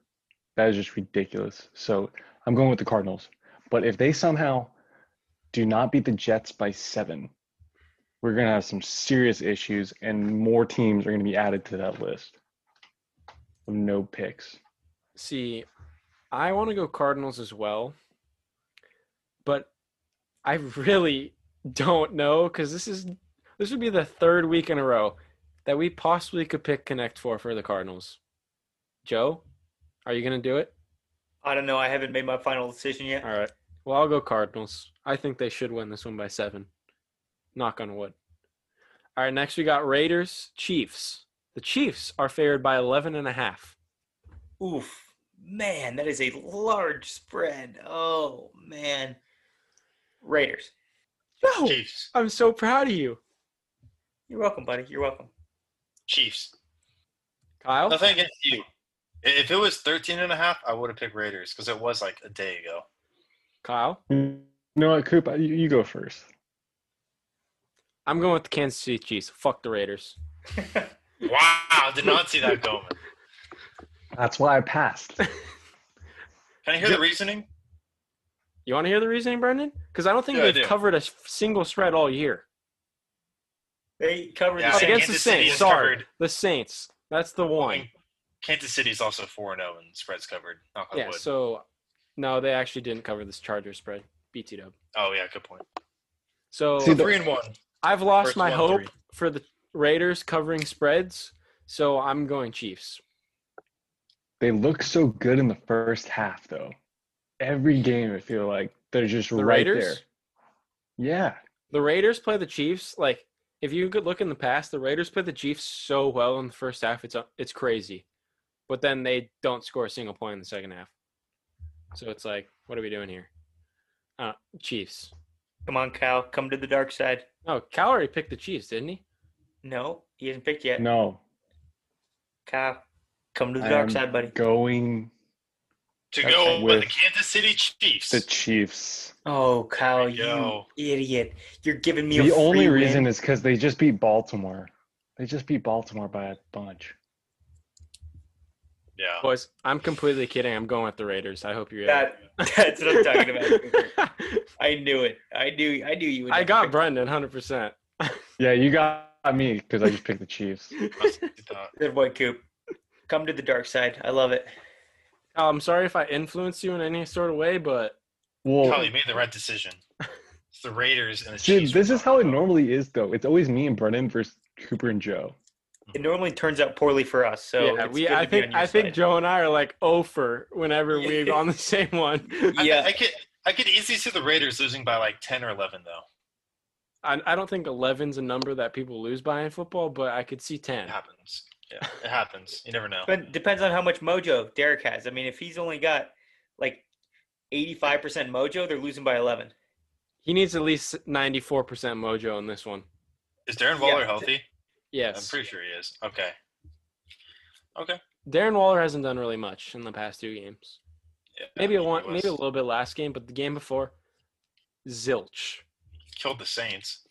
[SPEAKER 4] that is just ridiculous. So I'm going with the Cardinals. But if they somehow do not beat the Jets by seven, we're going to have some serious issues, and more teams are going to be added to that list of no picks.
[SPEAKER 2] See, I want to go Cardinals as well, but I really don't know because this is this would be the third week in a row that we possibly could pick Connect Four for the Cardinals. Joe, are you gonna do it?
[SPEAKER 1] I don't know. I haven't made my final decision yet.
[SPEAKER 2] All right. Well, I'll go Cardinals. I think they should win this one by seven. Knock on wood. All right. Next, we got Raiders, Chiefs. The Chiefs are favored by 11 and a half.
[SPEAKER 1] Oof, man, that is a large spread. Oh man, Raiders.
[SPEAKER 2] No,
[SPEAKER 3] Chiefs,
[SPEAKER 2] I'm so proud of you,
[SPEAKER 1] You're welcome, buddy. You're welcome.
[SPEAKER 3] Chiefs.
[SPEAKER 2] Kyle.
[SPEAKER 3] Nothing against you. I- If it was 13 and a half, I would have picked Raiders because it was like a day ago.
[SPEAKER 2] Kyle,
[SPEAKER 4] You know what, Coop? You, you go first.
[SPEAKER 2] I'm going with the Kansas City Chiefs. Fuck the Raiders.
[SPEAKER 3] Wow, did not see that going.
[SPEAKER 4] That's why I passed.
[SPEAKER 3] Can I hear the reasoning?
[SPEAKER 2] You want to hear the reasoning, Brendan? Because I don't think
[SPEAKER 3] Yeah, I
[SPEAKER 2] they've
[SPEAKER 3] do.
[SPEAKER 2] covered a s- single spread all year.
[SPEAKER 1] They covered
[SPEAKER 3] Yeah,
[SPEAKER 1] the
[SPEAKER 3] I
[SPEAKER 1] Saints.
[SPEAKER 2] Against the
[SPEAKER 3] Kansas City
[SPEAKER 2] Saints.
[SPEAKER 3] has
[SPEAKER 2] Sorry.
[SPEAKER 3] covered-
[SPEAKER 2] The Saints. That's the one.
[SPEAKER 3] Kansas City's also 4 0 and spreads covered. Knock on
[SPEAKER 2] Yeah.
[SPEAKER 3] wood.
[SPEAKER 2] So, no, they actually didn't cover this Charger spread. BT dub.
[SPEAKER 3] oh, yeah, good point.
[SPEAKER 2] So,
[SPEAKER 4] See, the-
[SPEAKER 3] 3 and 1.
[SPEAKER 2] I've lost
[SPEAKER 3] First
[SPEAKER 2] my
[SPEAKER 3] one,
[SPEAKER 2] hope
[SPEAKER 3] three.
[SPEAKER 2] for the Raiders covering spreads, so I'm going Chiefs.
[SPEAKER 4] they look so good in the first half though. Every game I feel like they're just
[SPEAKER 2] The
[SPEAKER 4] right
[SPEAKER 2] Raiders.
[SPEAKER 4] there. Yeah.
[SPEAKER 2] The Raiders play the Chiefs. Like if you could look in the past, the Raiders play the Chiefs so well in the first half. It's uh, it's crazy, but then they don't score a single point in the second half. So it's like, what are we doing here? Uh, Chiefs.
[SPEAKER 1] Come on, Kyle. Come to the dark side.
[SPEAKER 2] No, Cal already picked the Chiefs, didn't he?
[SPEAKER 1] No, he hasn't picked yet.
[SPEAKER 4] No.
[SPEAKER 1] Kyle, come to the
[SPEAKER 4] I
[SPEAKER 1] dark
[SPEAKER 4] am
[SPEAKER 1] side, buddy.
[SPEAKER 4] Going
[SPEAKER 3] To
[SPEAKER 4] That's
[SPEAKER 3] go with the
[SPEAKER 4] with
[SPEAKER 3] Kansas City Chiefs.
[SPEAKER 4] the Chiefs.
[SPEAKER 1] Oh, Kyle,
[SPEAKER 3] we
[SPEAKER 1] you
[SPEAKER 3] go.
[SPEAKER 1] idiot! You're giving me a
[SPEAKER 4] The
[SPEAKER 1] free
[SPEAKER 4] only
[SPEAKER 1] win.
[SPEAKER 4] reason is because they just beat Baltimore. They just beat Baltimore by a bunch.
[SPEAKER 3] *laughs* *laughs* yeah.
[SPEAKER 2] Boys, I'm completely kidding. I'm going with the Raiders. I hope you.
[SPEAKER 1] That,
[SPEAKER 2] *laughs*
[SPEAKER 1] that's what I'm talking about. I knew it. I knew. I knew you. Would
[SPEAKER 2] I got Brendan 100. percent
[SPEAKER 4] Yeah, you got me because I just picked
[SPEAKER 1] *laughs*
[SPEAKER 4] the Chiefs.
[SPEAKER 3] Must have thought.
[SPEAKER 1] good boy, Coop. Come to the dark side. I love it.
[SPEAKER 2] Kyle, Oh, I'm sorry if I influenced you in any sort of way, but
[SPEAKER 4] Well,
[SPEAKER 3] Kyle, you made the right decision. It's the Raiders and the
[SPEAKER 4] dude,
[SPEAKER 3] Chiefs.
[SPEAKER 4] this is how it normally is though. It's always me and Brennan versus Cooper and Joe.
[SPEAKER 1] It normally turns out poorly for us. So
[SPEAKER 2] yeah,
[SPEAKER 1] it's
[SPEAKER 2] we.
[SPEAKER 1] good
[SPEAKER 2] I
[SPEAKER 1] to be
[SPEAKER 2] think
[SPEAKER 1] on your
[SPEAKER 2] I think
[SPEAKER 1] side.
[SPEAKER 2] Joe and I are like over whenever
[SPEAKER 1] Yeah. *laughs*
[SPEAKER 2] we're on the same one.
[SPEAKER 3] I,
[SPEAKER 1] Yeah.
[SPEAKER 3] I could I could easily see the Raiders losing by like ten or eleven though.
[SPEAKER 2] I, I don't think 11's a number that people lose by in football, but I could see ten.
[SPEAKER 3] It happens. Yeah, it happens. You never
[SPEAKER 4] *laughs*
[SPEAKER 3] know.
[SPEAKER 1] But depends on how much mojo Derek has. I mean, if he's only got like 85% mojo, they're losing by 11.
[SPEAKER 2] He needs at least 94% mojo in this one.
[SPEAKER 3] Is Darren Waller
[SPEAKER 1] Yeah.
[SPEAKER 3] healthy? I'm
[SPEAKER 2] Yes,
[SPEAKER 3] pretty sure he is. Okay. Okay.
[SPEAKER 2] Darren Waller hasn't done really much in the past two games.
[SPEAKER 3] Yeah,
[SPEAKER 2] Maybe a
[SPEAKER 3] he
[SPEAKER 2] one, maybe a
[SPEAKER 3] was-
[SPEAKER 2] little bit last game, but the game before, zilch.
[SPEAKER 3] killed the Saints.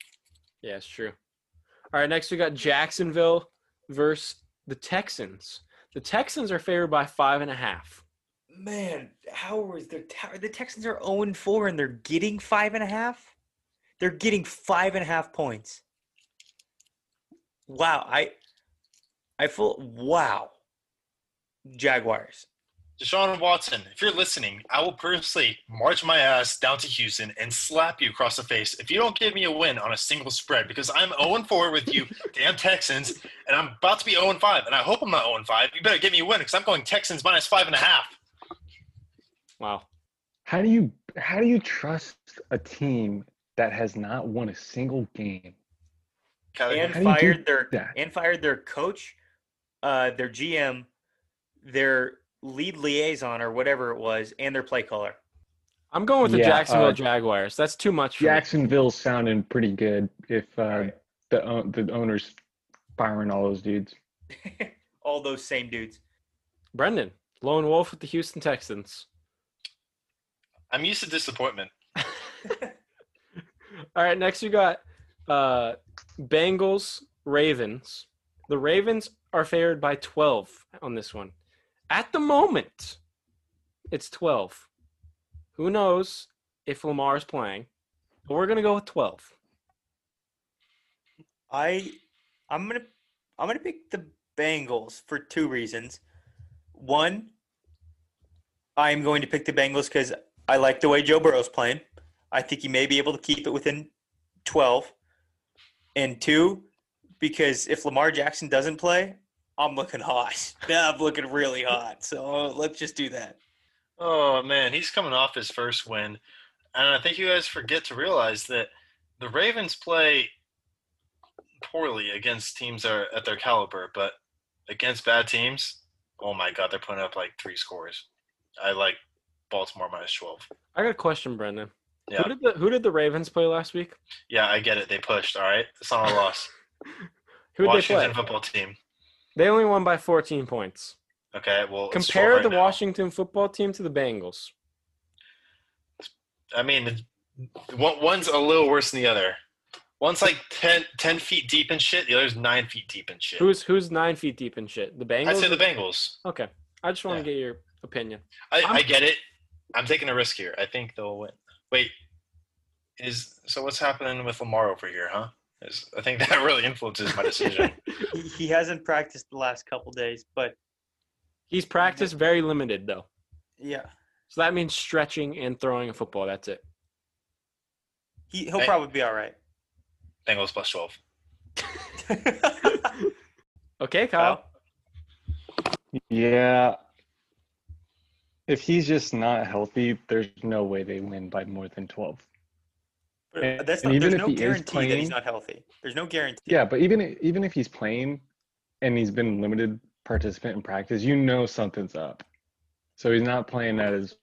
[SPEAKER 2] Yeah, it's true. All right, next we got Jacksonville versus the Texans. The Texans are favored by five and a half.
[SPEAKER 1] Man, how is their tower? The Texans are 0 4 and they're getting five and a half. They're getting five and a half points. Wow. I, I feel, wow. Jaguars.
[SPEAKER 3] Deshaun Watson, if you're listening, I will personally march my ass down to Houston and slap you across the face if you don't give me a win on a single spread because I'm 0 4 with you, damn Texans, and I'm about to be 0 5, and I hope I'm not 0 5. You better give me a win because I'm going Texans minus five and a half.
[SPEAKER 2] Wow.
[SPEAKER 4] How do you how do you trust a team that has not won a single game?
[SPEAKER 3] Kyler,
[SPEAKER 1] and
[SPEAKER 4] How do you do
[SPEAKER 1] fired their
[SPEAKER 4] that?
[SPEAKER 1] and fired their coach, uh, their GM, their lead liaison or whatever it was, and their play caller.
[SPEAKER 2] I'm going with the
[SPEAKER 4] Yeah,
[SPEAKER 2] Jacksonville
[SPEAKER 4] uh,
[SPEAKER 2] Jaguars. That's too much. For me.
[SPEAKER 4] Jacksonville's sounding pretty good if uh,
[SPEAKER 1] Alright.
[SPEAKER 4] the o- the owners firing all those dudes.
[SPEAKER 1] All those same dudes.
[SPEAKER 2] Brendan, lone wolf with the Houston Texans.
[SPEAKER 3] I'm used to disappointment.
[SPEAKER 2] *laughs* All right, next we got uh, Bengals Ravens. The Ravens are favored by 12 on this one. At the moment, it's 12. Who knows if Lamar is playing? But we're gonna go with 12.
[SPEAKER 1] I I'm gonna I'm gonna pick the Bengals for two reasons. One, I'm going to pick the Bengals because I like the way Joe Burrow's playing. I think he may be able to keep it within twelve. And two, because if Lamar Jackson doesn't play, I'm looking hot. *laughs* I'm looking really hot. So let's just do that.
[SPEAKER 3] Oh man, he's coming off his first win, and I think you guys forget to realize that the Ravens play poorly against teams that are at their caliber, but against bad teams, oh my god, they're putting up like three scores. I like Baltimore minus twelve.
[SPEAKER 2] I got a question, Brendan.
[SPEAKER 3] Yeah.
[SPEAKER 2] Who did the Who did the Ravens play last week?
[SPEAKER 3] Yeah, I get it. They pushed. All right, it's not a
[SPEAKER 2] *laughs*
[SPEAKER 3] loss.
[SPEAKER 2] Who did they
[SPEAKER 3] Washington
[SPEAKER 2] play?
[SPEAKER 3] football team.
[SPEAKER 2] They only won by 14 points.
[SPEAKER 3] Okay, well it's 12
[SPEAKER 2] Compare
[SPEAKER 3] right
[SPEAKER 2] the
[SPEAKER 3] now.
[SPEAKER 2] Washington football team to the Bengals.
[SPEAKER 3] I mean, it's- one- one's a little worse than the other. One's like 10, 10 feet deep and shit. The other's nine feet deep and shit.
[SPEAKER 2] Who's Who's nine feet deep in shit? The Bengals.
[SPEAKER 3] I'd say the Bengals.
[SPEAKER 2] okay, I just want
[SPEAKER 3] Yeah.
[SPEAKER 2] to get your opinion.
[SPEAKER 1] *laughs*
[SPEAKER 3] I,
[SPEAKER 2] I'm-
[SPEAKER 3] I get it. I'm taking a risk here. I think they'll win. Wait, is so what's happening with Lamar over here, huh? Is, I think *laughs* that really influences
[SPEAKER 1] *laughs*
[SPEAKER 3] my decision.
[SPEAKER 1] He, he hasn't practiced the last couple days, but
[SPEAKER 2] He's practiced very limited though,
[SPEAKER 1] yeah,
[SPEAKER 2] so that means stretching and throwing a football. That's it.
[SPEAKER 1] he he'll
[SPEAKER 3] Hey.
[SPEAKER 1] probably be all right. *laughs*
[SPEAKER 3] Bengals plus twelve.
[SPEAKER 2] Okay, Kyle.
[SPEAKER 4] Yeah. If he's just not healthy, there's no way they win by more than 12.
[SPEAKER 1] But uh,
[SPEAKER 4] And-
[SPEAKER 1] that's
[SPEAKER 4] and
[SPEAKER 1] not,
[SPEAKER 4] even
[SPEAKER 1] there's
[SPEAKER 4] if
[SPEAKER 1] no
[SPEAKER 4] he is
[SPEAKER 1] guarantee that he's
[SPEAKER 4] playing-
[SPEAKER 1] not healthy. There's no guarantee.
[SPEAKER 4] Yeah, but even even if he's playing and he's been limited participant in practice, you know something's up. So he's not playing at his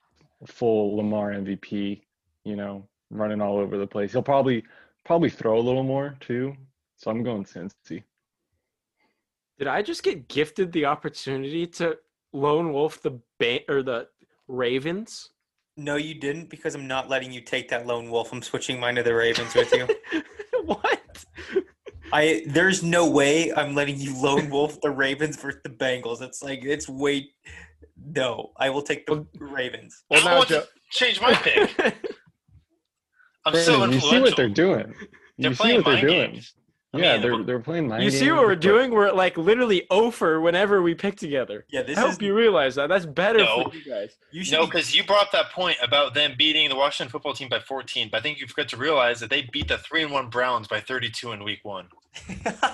[SPEAKER 4] full Lamar MVP, you know, running all over the place. He'll probably probably throw a little more too. So I'm going Cincy.
[SPEAKER 2] Did I just get gifted the opportunity to lone wolf the ba- or the
[SPEAKER 1] *laughs*
[SPEAKER 2] Ravens?
[SPEAKER 1] No, you didn't because I'm not letting you take that lone wolf. I'm switching mine to the Ravens with
[SPEAKER 4] *laughs*
[SPEAKER 1] you.
[SPEAKER 2] what?
[SPEAKER 1] I there's no way I'm letting you lone wolf the Ravens versus the Bengals. It's like it's way no. I will take the
[SPEAKER 2] Well-
[SPEAKER 1] Ravens.
[SPEAKER 2] Well,
[SPEAKER 3] I
[SPEAKER 2] now
[SPEAKER 3] want
[SPEAKER 1] *laughs*
[SPEAKER 2] Joe-
[SPEAKER 3] to change my pick. I'm so
[SPEAKER 4] Brandon, you see what
[SPEAKER 3] influential.
[SPEAKER 4] they're doing.
[SPEAKER 3] They're
[SPEAKER 4] you see
[SPEAKER 3] playing
[SPEAKER 4] what they're
[SPEAKER 3] mind
[SPEAKER 4] doing.
[SPEAKER 3] games. I
[SPEAKER 4] Yeah,
[SPEAKER 3] mean,
[SPEAKER 4] they're
[SPEAKER 3] but-
[SPEAKER 4] they're playing mind
[SPEAKER 2] you see
[SPEAKER 4] games,
[SPEAKER 2] what we're
[SPEAKER 4] but-
[SPEAKER 2] doing? We're like literally over whenever we pick together.
[SPEAKER 1] Yeah, this
[SPEAKER 2] I
[SPEAKER 1] is
[SPEAKER 2] hope you realize that. That's better
[SPEAKER 3] No.
[SPEAKER 2] for you guys.
[SPEAKER 1] you should
[SPEAKER 3] No,
[SPEAKER 1] be,
[SPEAKER 3] because you brought up that point about them beating the Washington football team by 14, but I think you forgot to realize that they beat the three and one Browns by 32 in Week One.
[SPEAKER 1] *laughs*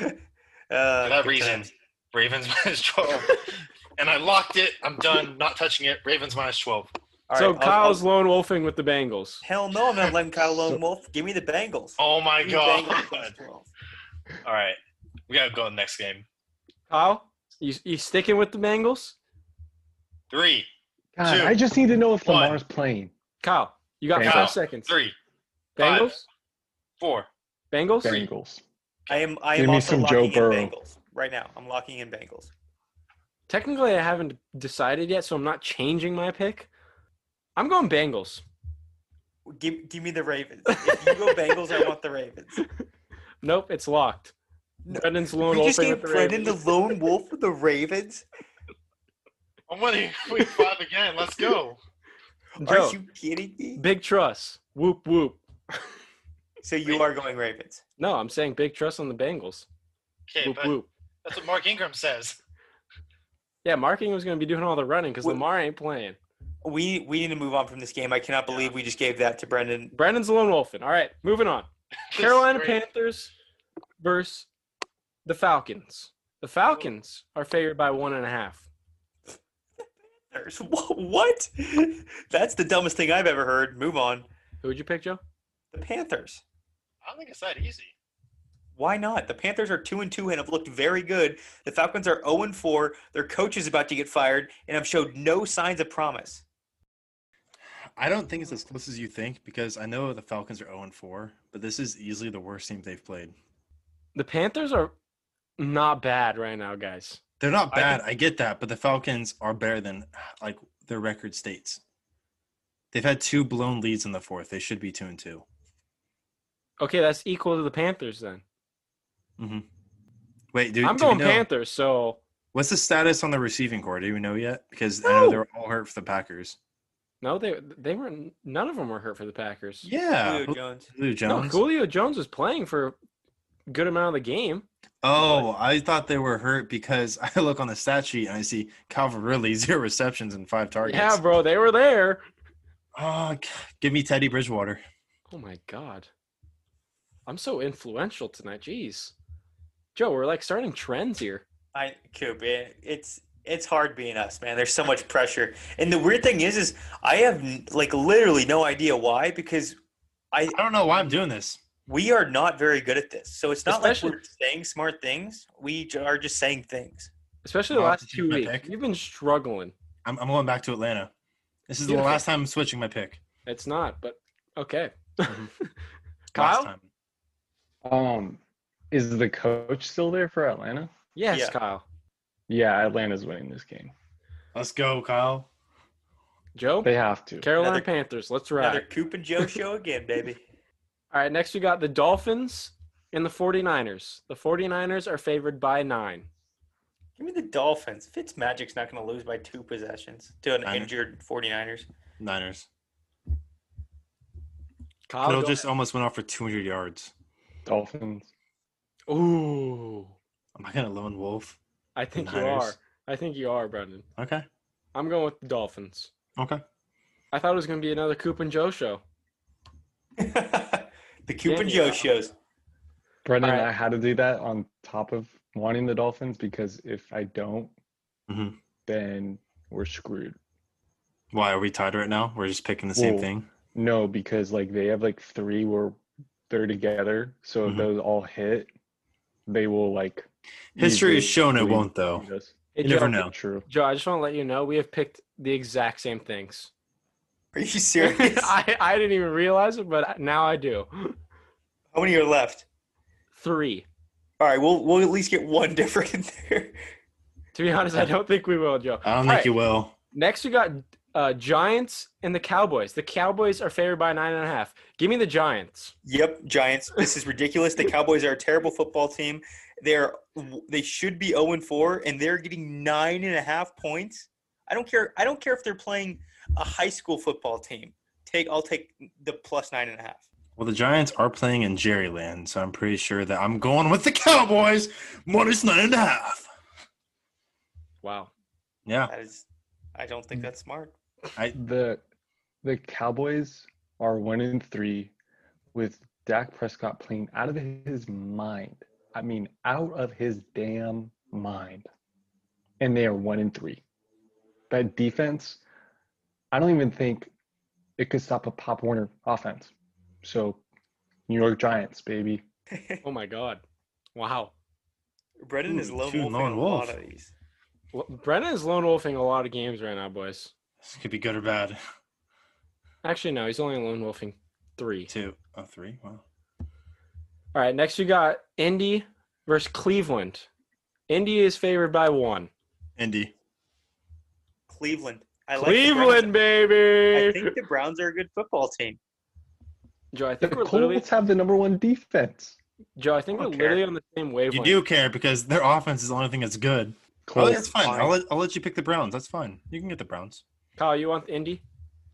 [SPEAKER 1] Uh,
[SPEAKER 3] For that
[SPEAKER 1] good
[SPEAKER 3] reason,
[SPEAKER 1] times.
[SPEAKER 3] Ravens *laughs* minus 12, and I locked it. I'm done. Not touching it. Ravens minus 12.
[SPEAKER 1] All right,
[SPEAKER 2] so
[SPEAKER 1] I'll- I'll-
[SPEAKER 2] Kyle's lone wolfing with the Bengals.
[SPEAKER 1] hell no, I'm not letting Kyle lone wolf. Give me the Bengals.
[SPEAKER 3] Oh my
[SPEAKER 1] Give me Bengals
[SPEAKER 3] god!
[SPEAKER 1] plus 12.
[SPEAKER 3] All right, we gotta go to the next game.
[SPEAKER 2] Kyle, you you sticking with the Bengals?
[SPEAKER 3] Three,
[SPEAKER 4] God,
[SPEAKER 3] Two.
[SPEAKER 4] I just need to know if
[SPEAKER 3] One.
[SPEAKER 4] Lamar's playing.
[SPEAKER 2] Kyle, you got
[SPEAKER 4] Bengals.
[SPEAKER 2] five seconds.
[SPEAKER 3] three, five.
[SPEAKER 2] Bengals,
[SPEAKER 3] four.
[SPEAKER 2] Bengals.
[SPEAKER 4] Bengals.
[SPEAKER 1] I am I
[SPEAKER 4] Give
[SPEAKER 1] am
[SPEAKER 4] me
[SPEAKER 1] also
[SPEAKER 4] some Joe
[SPEAKER 1] locking in
[SPEAKER 4] Burrow.
[SPEAKER 1] Bengals right now. I'm locking in Bengals.
[SPEAKER 2] Technically, I haven't decided yet, so I'm not changing my pick. I'm going Bengals.
[SPEAKER 1] Give give me the Ravens. If you go Bengals, I want the
[SPEAKER 2] *laughs*
[SPEAKER 1] Ravens.
[SPEAKER 2] Nope, it's locked.
[SPEAKER 1] No,
[SPEAKER 2] Brendan's lone
[SPEAKER 1] We just
[SPEAKER 2] wolfing
[SPEAKER 1] gave
[SPEAKER 2] with the
[SPEAKER 1] Brendan
[SPEAKER 2] Ravens.
[SPEAKER 1] the lone wolf with the Ravens.
[SPEAKER 3] I'm winning *laughs* week five again. Let's go.
[SPEAKER 2] Joe,
[SPEAKER 1] Are you kidding me?
[SPEAKER 2] big trust. Whoop whoop.
[SPEAKER 1] So you are going Ravens.
[SPEAKER 2] No, I'm saying big trust on the Bengals.
[SPEAKER 3] Okay,
[SPEAKER 2] whoop
[SPEAKER 3] but
[SPEAKER 2] whoop.
[SPEAKER 3] that's what Mark Ingram says. *laughs*
[SPEAKER 2] Yeah, Marking was going to be doing all the running because
[SPEAKER 1] Wh-
[SPEAKER 2] Lamar ain't playing.
[SPEAKER 1] We we need to move on from this game. I cannot believe we just gave that to Brendan.
[SPEAKER 2] Brendan's lone wolfing. All right, moving on.
[SPEAKER 3] This is
[SPEAKER 2] Carolina
[SPEAKER 3] great.
[SPEAKER 2] Panthers versus the Falcons. The Falcons are favored by one and a half.
[SPEAKER 1] There's- *laughs* wha- What? That's the dumbest thing I've ever heard. Move on.
[SPEAKER 2] Who would you pick, Joe?
[SPEAKER 1] The Panthers.
[SPEAKER 3] I don't think it's that easy.
[SPEAKER 1] Why not? The Panthers are two and two and have looked very good. The Falcons are zero and four. Their coach is about to get fired and have showed no signs of promise.
[SPEAKER 5] I don't think it's as close as you think because I know the Falcons are 0 4, but this is easily the worst team they've played.
[SPEAKER 2] The Panthers are not bad right now, guys.
[SPEAKER 5] They're not
[SPEAKER 3] I
[SPEAKER 5] bad. I, get that, but the Falcons are better than like their record states. They've had two blown leads in the fourth. They should be two and two.
[SPEAKER 2] Okay, that's equal to the Panthers then.
[SPEAKER 5] Wait, do,
[SPEAKER 2] I'm
[SPEAKER 5] do we
[SPEAKER 2] going
[SPEAKER 5] know-
[SPEAKER 2] Panthers, so
[SPEAKER 5] What's the status on the receiving core? Do we know yet? Because I know they're all hurt for the Packers.
[SPEAKER 2] no, they they were not none of them were hurt for the Packers.
[SPEAKER 5] Yeah,
[SPEAKER 1] Julio Jones.
[SPEAKER 5] Julio
[SPEAKER 2] No,
[SPEAKER 5] Jones.
[SPEAKER 2] Julio Jones was playing for a good amount of the game.
[SPEAKER 5] Oh, I thought they were hurt because *laughs* I look on the stat sheet and I see Calvin Ridley *laughs* zero receptions and five targets.
[SPEAKER 2] Yeah, bro, they were there.
[SPEAKER 5] Oh, g- give me Teddy Bridgewater.
[SPEAKER 2] Oh my god. I'm so influential tonight. Jeez. Joe, we're like starting trends here.
[SPEAKER 1] I Coop, it, it's it's hard being us, man. There's so much pressure, and the weird thing is, is I have like literally no idea why because I
[SPEAKER 5] I don't know why I'm doing this.
[SPEAKER 1] we are not very good at this. So it's not
[SPEAKER 2] Especially-
[SPEAKER 1] like we're saying smart things. We j- are just saying things.
[SPEAKER 2] Especially the
[SPEAKER 5] I'll have
[SPEAKER 2] last
[SPEAKER 5] to
[SPEAKER 2] two
[SPEAKER 5] change
[SPEAKER 2] weeks.
[SPEAKER 5] my pick.
[SPEAKER 2] You've been struggling.
[SPEAKER 5] I'm, I'm going back to Atlanta. This is the
[SPEAKER 2] Beautiful.
[SPEAKER 5] last time I'm switching my pick.
[SPEAKER 2] It's not, but okay.
[SPEAKER 5] Mm-hmm.
[SPEAKER 2] *laughs*
[SPEAKER 5] Last
[SPEAKER 2] Kyle?
[SPEAKER 5] time.
[SPEAKER 4] Um, is the coach still there for Atlanta?
[SPEAKER 2] Yes,
[SPEAKER 1] Yeah.
[SPEAKER 2] Kyle.
[SPEAKER 4] Yeah, Atlanta's winning this game.
[SPEAKER 5] Let's go, Kyle.
[SPEAKER 2] Joe?
[SPEAKER 4] They have to.
[SPEAKER 2] Carolina
[SPEAKER 1] Another-
[SPEAKER 2] Panthers. Let's
[SPEAKER 1] Another
[SPEAKER 2] ride.
[SPEAKER 1] Coop and Joe show again,
[SPEAKER 2] *laughs*
[SPEAKER 1] baby.
[SPEAKER 2] All right, next we got the Dolphins and the 49ers. The 49ers are favored by nine.
[SPEAKER 1] Give me the Dolphins. Fitzmagic's not going to lose by two possessions to an
[SPEAKER 5] Niners.
[SPEAKER 1] injured 49ers.
[SPEAKER 5] Niners.
[SPEAKER 2] Kyle
[SPEAKER 5] Kittle
[SPEAKER 2] go
[SPEAKER 5] just almost went off for 200 yards.
[SPEAKER 4] Dolphins.
[SPEAKER 2] ahead. Ooh.
[SPEAKER 5] Am I going to lone wolf?
[SPEAKER 2] I think you are.
[SPEAKER 5] Niners.
[SPEAKER 2] I think you are, Brendan.
[SPEAKER 5] Okay.
[SPEAKER 2] I'm going with the Dolphins.
[SPEAKER 5] Okay.
[SPEAKER 2] I thought it was going to be another Coop and Joe show.
[SPEAKER 1] *laughs* the Coop
[SPEAKER 2] Damn
[SPEAKER 1] and
[SPEAKER 2] you.
[SPEAKER 1] Joe shows.
[SPEAKER 4] Brendan,
[SPEAKER 2] All right.
[SPEAKER 4] I had to do that on top of wanting the Dolphins because if I don't,
[SPEAKER 2] Mm-hmm.
[SPEAKER 5] Mhm.
[SPEAKER 4] then we're screwed.
[SPEAKER 5] Why are we tied right now? We're just picking the same
[SPEAKER 4] Whoa.
[SPEAKER 5] thing.
[SPEAKER 4] No, because like they have like three where they're together. So if
[SPEAKER 5] Mhm.
[SPEAKER 4] those all hit, they will like.
[SPEAKER 5] History has
[SPEAKER 4] easily
[SPEAKER 5] shown it
[SPEAKER 4] lead-
[SPEAKER 5] won't, though.
[SPEAKER 4] lead us.
[SPEAKER 2] Hey,
[SPEAKER 5] You
[SPEAKER 2] Joe,
[SPEAKER 5] never know. No.
[SPEAKER 4] True.
[SPEAKER 2] Joe, I just want to let you know we have picked the exact same things.
[SPEAKER 1] Are
[SPEAKER 2] *laughs*
[SPEAKER 1] you *laughs* serious?
[SPEAKER 2] I, I didn't even realize it, but now I do. *laughs*
[SPEAKER 1] How many are left?
[SPEAKER 2] Three.
[SPEAKER 1] All right, we'll we'll at least get one *laughs* different in there.
[SPEAKER 2] To be honest, I don't think we will, Joe.
[SPEAKER 5] I don't
[SPEAKER 2] All
[SPEAKER 5] think
[SPEAKER 2] right,
[SPEAKER 5] you will.
[SPEAKER 2] Next, we got uh, Giants and the Cowboys. The Cowboys are favored by nine and a half. Give me the Giants.
[SPEAKER 1] Yep, Giants. This is ridiculous. The Cowboys are a terrible football team. They're they should be 0 and 4, and they're getting nine and a half points. I don't care. I don't care if they're playing a high school football team. Take I'll take the plus nine and a half.
[SPEAKER 5] Well, the Giants are playing in Jerryland, so I'm pretty sure that I'm going with the Cowboys minus nine and a half.
[SPEAKER 2] Wow.
[SPEAKER 5] Yeah,
[SPEAKER 1] That is, I don't
[SPEAKER 5] Mm.
[SPEAKER 1] think that's smart.
[SPEAKER 4] The the Cowboys are one in three with Dak Prescott playing out of his mind. I mean, out of his damn mind. And they are one in three. That defense, I don't even think it could stop a Pop Warner offense. So, New York Giants, baby.
[SPEAKER 2] Oh my God. Wow.
[SPEAKER 1] Brendan is
[SPEAKER 5] Ooh,
[SPEAKER 1] lone
[SPEAKER 5] two
[SPEAKER 1] wolf. in
[SPEAKER 5] lone
[SPEAKER 1] A lot
[SPEAKER 5] wolf.
[SPEAKER 1] of these.
[SPEAKER 2] Well, Brennan is lone wolfing a lot of games right now, boys.
[SPEAKER 5] this could be good or bad.
[SPEAKER 2] Actually, no, he's only lone wolfing three.
[SPEAKER 5] Two, oh, three. Wow.
[SPEAKER 2] All right, next we got Indy versus Cleveland. Indy is favored by one.
[SPEAKER 5] Indy.
[SPEAKER 1] Cleveland. I like the Browns.
[SPEAKER 2] Cleveland, baby.
[SPEAKER 1] I think the Browns are a good football team.
[SPEAKER 2] Joe, I
[SPEAKER 4] The
[SPEAKER 2] think we're literally
[SPEAKER 4] Colts have the number one defense.
[SPEAKER 2] Joe, I think
[SPEAKER 1] I
[SPEAKER 2] we're
[SPEAKER 1] don't
[SPEAKER 2] literally on the same wavelength.
[SPEAKER 5] You do care because their offense is the only thing that's good. Oh,
[SPEAKER 4] Colts.
[SPEAKER 5] that's fine.
[SPEAKER 1] fine.
[SPEAKER 5] I'll let, I'll let you pick the Browns. That's fine. You can get the Browns.
[SPEAKER 2] Kyle, you want Indy?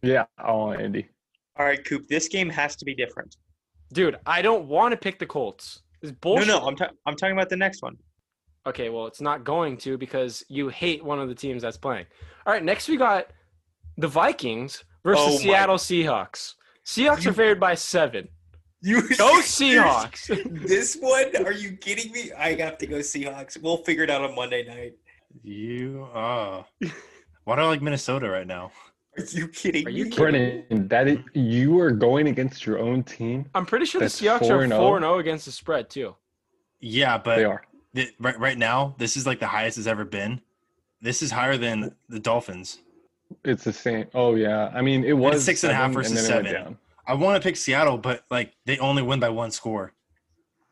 [SPEAKER 4] Yeah, Oh, I want Indy.
[SPEAKER 1] All right, Coop. This game has to be different.
[SPEAKER 2] Dude, I don't want to pick the Colts. It's
[SPEAKER 1] No,
[SPEAKER 2] bullshit.
[SPEAKER 1] no, I'm ta- I'm talking about the next one.
[SPEAKER 2] Okay, well, it's not going to because you hate one of the teams that's playing. All right, next we got the Vikings versus
[SPEAKER 1] Oh my-
[SPEAKER 2] Seattle Seahawks. Seahawks
[SPEAKER 1] You-
[SPEAKER 2] are favored by seven.
[SPEAKER 1] *laughs* You
[SPEAKER 2] Go Seahawks.
[SPEAKER 1] this one? Are you kidding me? I have to go Seahawks. We'll figure it out on Monday night.
[SPEAKER 5] You are. Why do I like Minnesota right now?
[SPEAKER 1] Are you kidding
[SPEAKER 2] Are you
[SPEAKER 1] me?
[SPEAKER 2] kidding?
[SPEAKER 4] Brennan, that is, you are going against your own team.
[SPEAKER 2] I'm pretty sure
[SPEAKER 4] That's
[SPEAKER 2] the Seahawks are
[SPEAKER 4] 4-0?
[SPEAKER 2] 4 0 against the spread, too.
[SPEAKER 5] Yeah,
[SPEAKER 4] They
[SPEAKER 5] but
[SPEAKER 4] are.
[SPEAKER 5] th- right, right now, this is like the highest it's ever been. This is higher than the Dolphins.
[SPEAKER 4] It's the same. Oh yeah. I mean, it was
[SPEAKER 5] six and a half versus
[SPEAKER 4] then it went
[SPEAKER 5] seven.
[SPEAKER 4] down.
[SPEAKER 5] I want to pick Seattle, but like they only win by one score.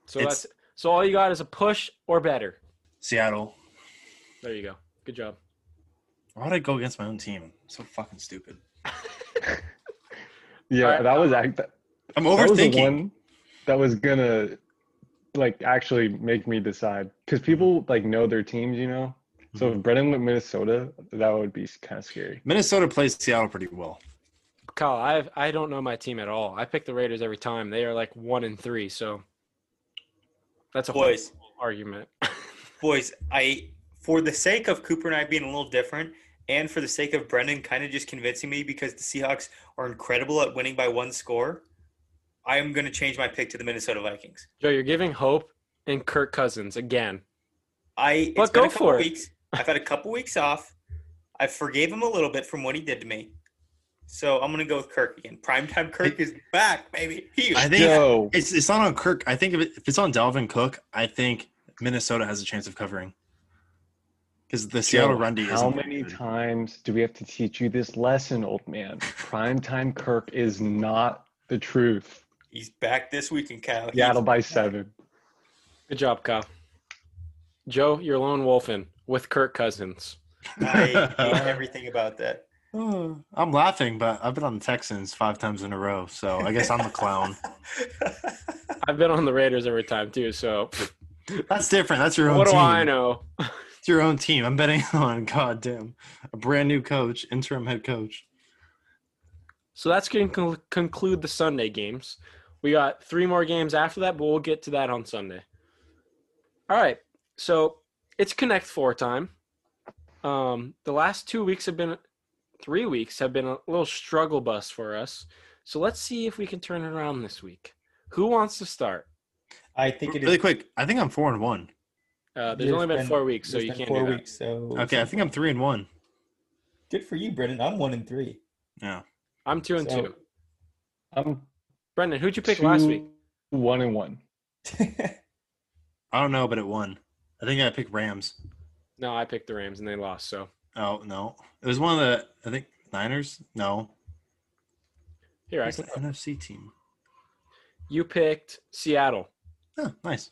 [SPEAKER 2] So
[SPEAKER 5] It's-
[SPEAKER 2] that's so all you got is a push or better.
[SPEAKER 5] Seattle.
[SPEAKER 2] There you go. Good job.
[SPEAKER 5] Why would I go against my own team? So fucking stupid.
[SPEAKER 4] Yeah,
[SPEAKER 2] Alright.
[SPEAKER 4] that was act. That,
[SPEAKER 5] I'm
[SPEAKER 4] that was the
[SPEAKER 5] overthinking.
[SPEAKER 4] one that was gonna like actually make me decide because
[SPEAKER 5] Mm-hmm.
[SPEAKER 4] people like know their teams, you know. So if Brennan went Minnesota, that would be kind of scary.
[SPEAKER 5] Minnesota plays Seattle pretty well.
[SPEAKER 2] Kyle, I I don't know my team at all. I pick the Raiders every time. They are like one and three, so that's a whole
[SPEAKER 1] Boys.
[SPEAKER 2] argument. *laughs*
[SPEAKER 1] Boys, I for the sake of Cooper and I being a little different, and for the sake of Brendan kind of just convincing me because the Seahawks are incredible at winning by one score, I am going to change my pick to the Minnesota Vikings.
[SPEAKER 2] Joe, you're giving hope in Kirk Cousins again.
[SPEAKER 1] I
[SPEAKER 2] But
[SPEAKER 1] it's been
[SPEAKER 2] go
[SPEAKER 1] a couple
[SPEAKER 2] for it.
[SPEAKER 1] weeks. I've had a couple weeks off. I forgave him a little bit from what he did to me, so I'm going to go with Kirk again. Primetime Kirk is back, baby. He is
[SPEAKER 5] I think
[SPEAKER 4] Yo,
[SPEAKER 5] it's it's not on Kirk. I think if, it, if it's on Dalvin Cook, I think Minnesota has a chance of covering. Because the Seattle
[SPEAKER 4] Joe,
[SPEAKER 5] run D
[SPEAKER 4] How
[SPEAKER 5] isn't that
[SPEAKER 4] many
[SPEAKER 5] good.
[SPEAKER 4] times do we have to teach you this lesson, old
[SPEAKER 5] *laughs*
[SPEAKER 4] man? Primetime Kirk is not the truth.
[SPEAKER 1] he's back this weekend, Kyle. He's-
[SPEAKER 4] Seattle by seven.
[SPEAKER 2] Good job, Kyle. Joe, you're lone wolfing with Kirk Cousins.
[SPEAKER 1] *laughs*
[SPEAKER 5] *laughs*
[SPEAKER 1] I hate everything about that. *laughs*
[SPEAKER 5] Oh, I'm laughing, but I've been on the Texans five times in a row, so I guess I'm the clown.
[SPEAKER 2] I've been on the Raiders every time too, so
[SPEAKER 5] That's different. That's your own
[SPEAKER 2] what do
[SPEAKER 5] team.
[SPEAKER 2] I know?
[SPEAKER 5] It's your own team. I'm betting *laughs* on goddamn a brand new coach, interim head coach.
[SPEAKER 2] So that's going to con- conclude the Sunday games. We got three more games after that, but we'll get to that on Sunday. All right. So it's Connect Four time. Um, the last two weeks have been, three weeks have been a little struggle bus for us. So let's see if we can turn it around this week. Who wants to start?
[SPEAKER 1] I think it is.
[SPEAKER 5] Really quick, I think I'm four and one.
[SPEAKER 2] Uh, there's only been, four weeks, so you can't
[SPEAKER 1] four
[SPEAKER 2] do that.
[SPEAKER 1] weeks. So
[SPEAKER 5] Okay, I think I'm three and one.
[SPEAKER 1] Good for you, Brendan. I'm one and three. *laughs*
[SPEAKER 5] Yeah.
[SPEAKER 2] I'm two and
[SPEAKER 1] So-
[SPEAKER 2] two.
[SPEAKER 4] I'm
[SPEAKER 2] Brendan, who'd you pick last week?
[SPEAKER 4] two, One and one.
[SPEAKER 5] I don't know, but it won. I think I picked Rams.
[SPEAKER 2] No, I picked the Rams and they lost. So
[SPEAKER 5] Oh no, it was one of the I think Niners. No,
[SPEAKER 2] here I
[SPEAKER 5] it's
[SPEAKER 2] can.
[SPEAKER 5] the NFC team.
[SPEAKER 2] You picked Seattle.
[SPEAKER 5] Oh, nice.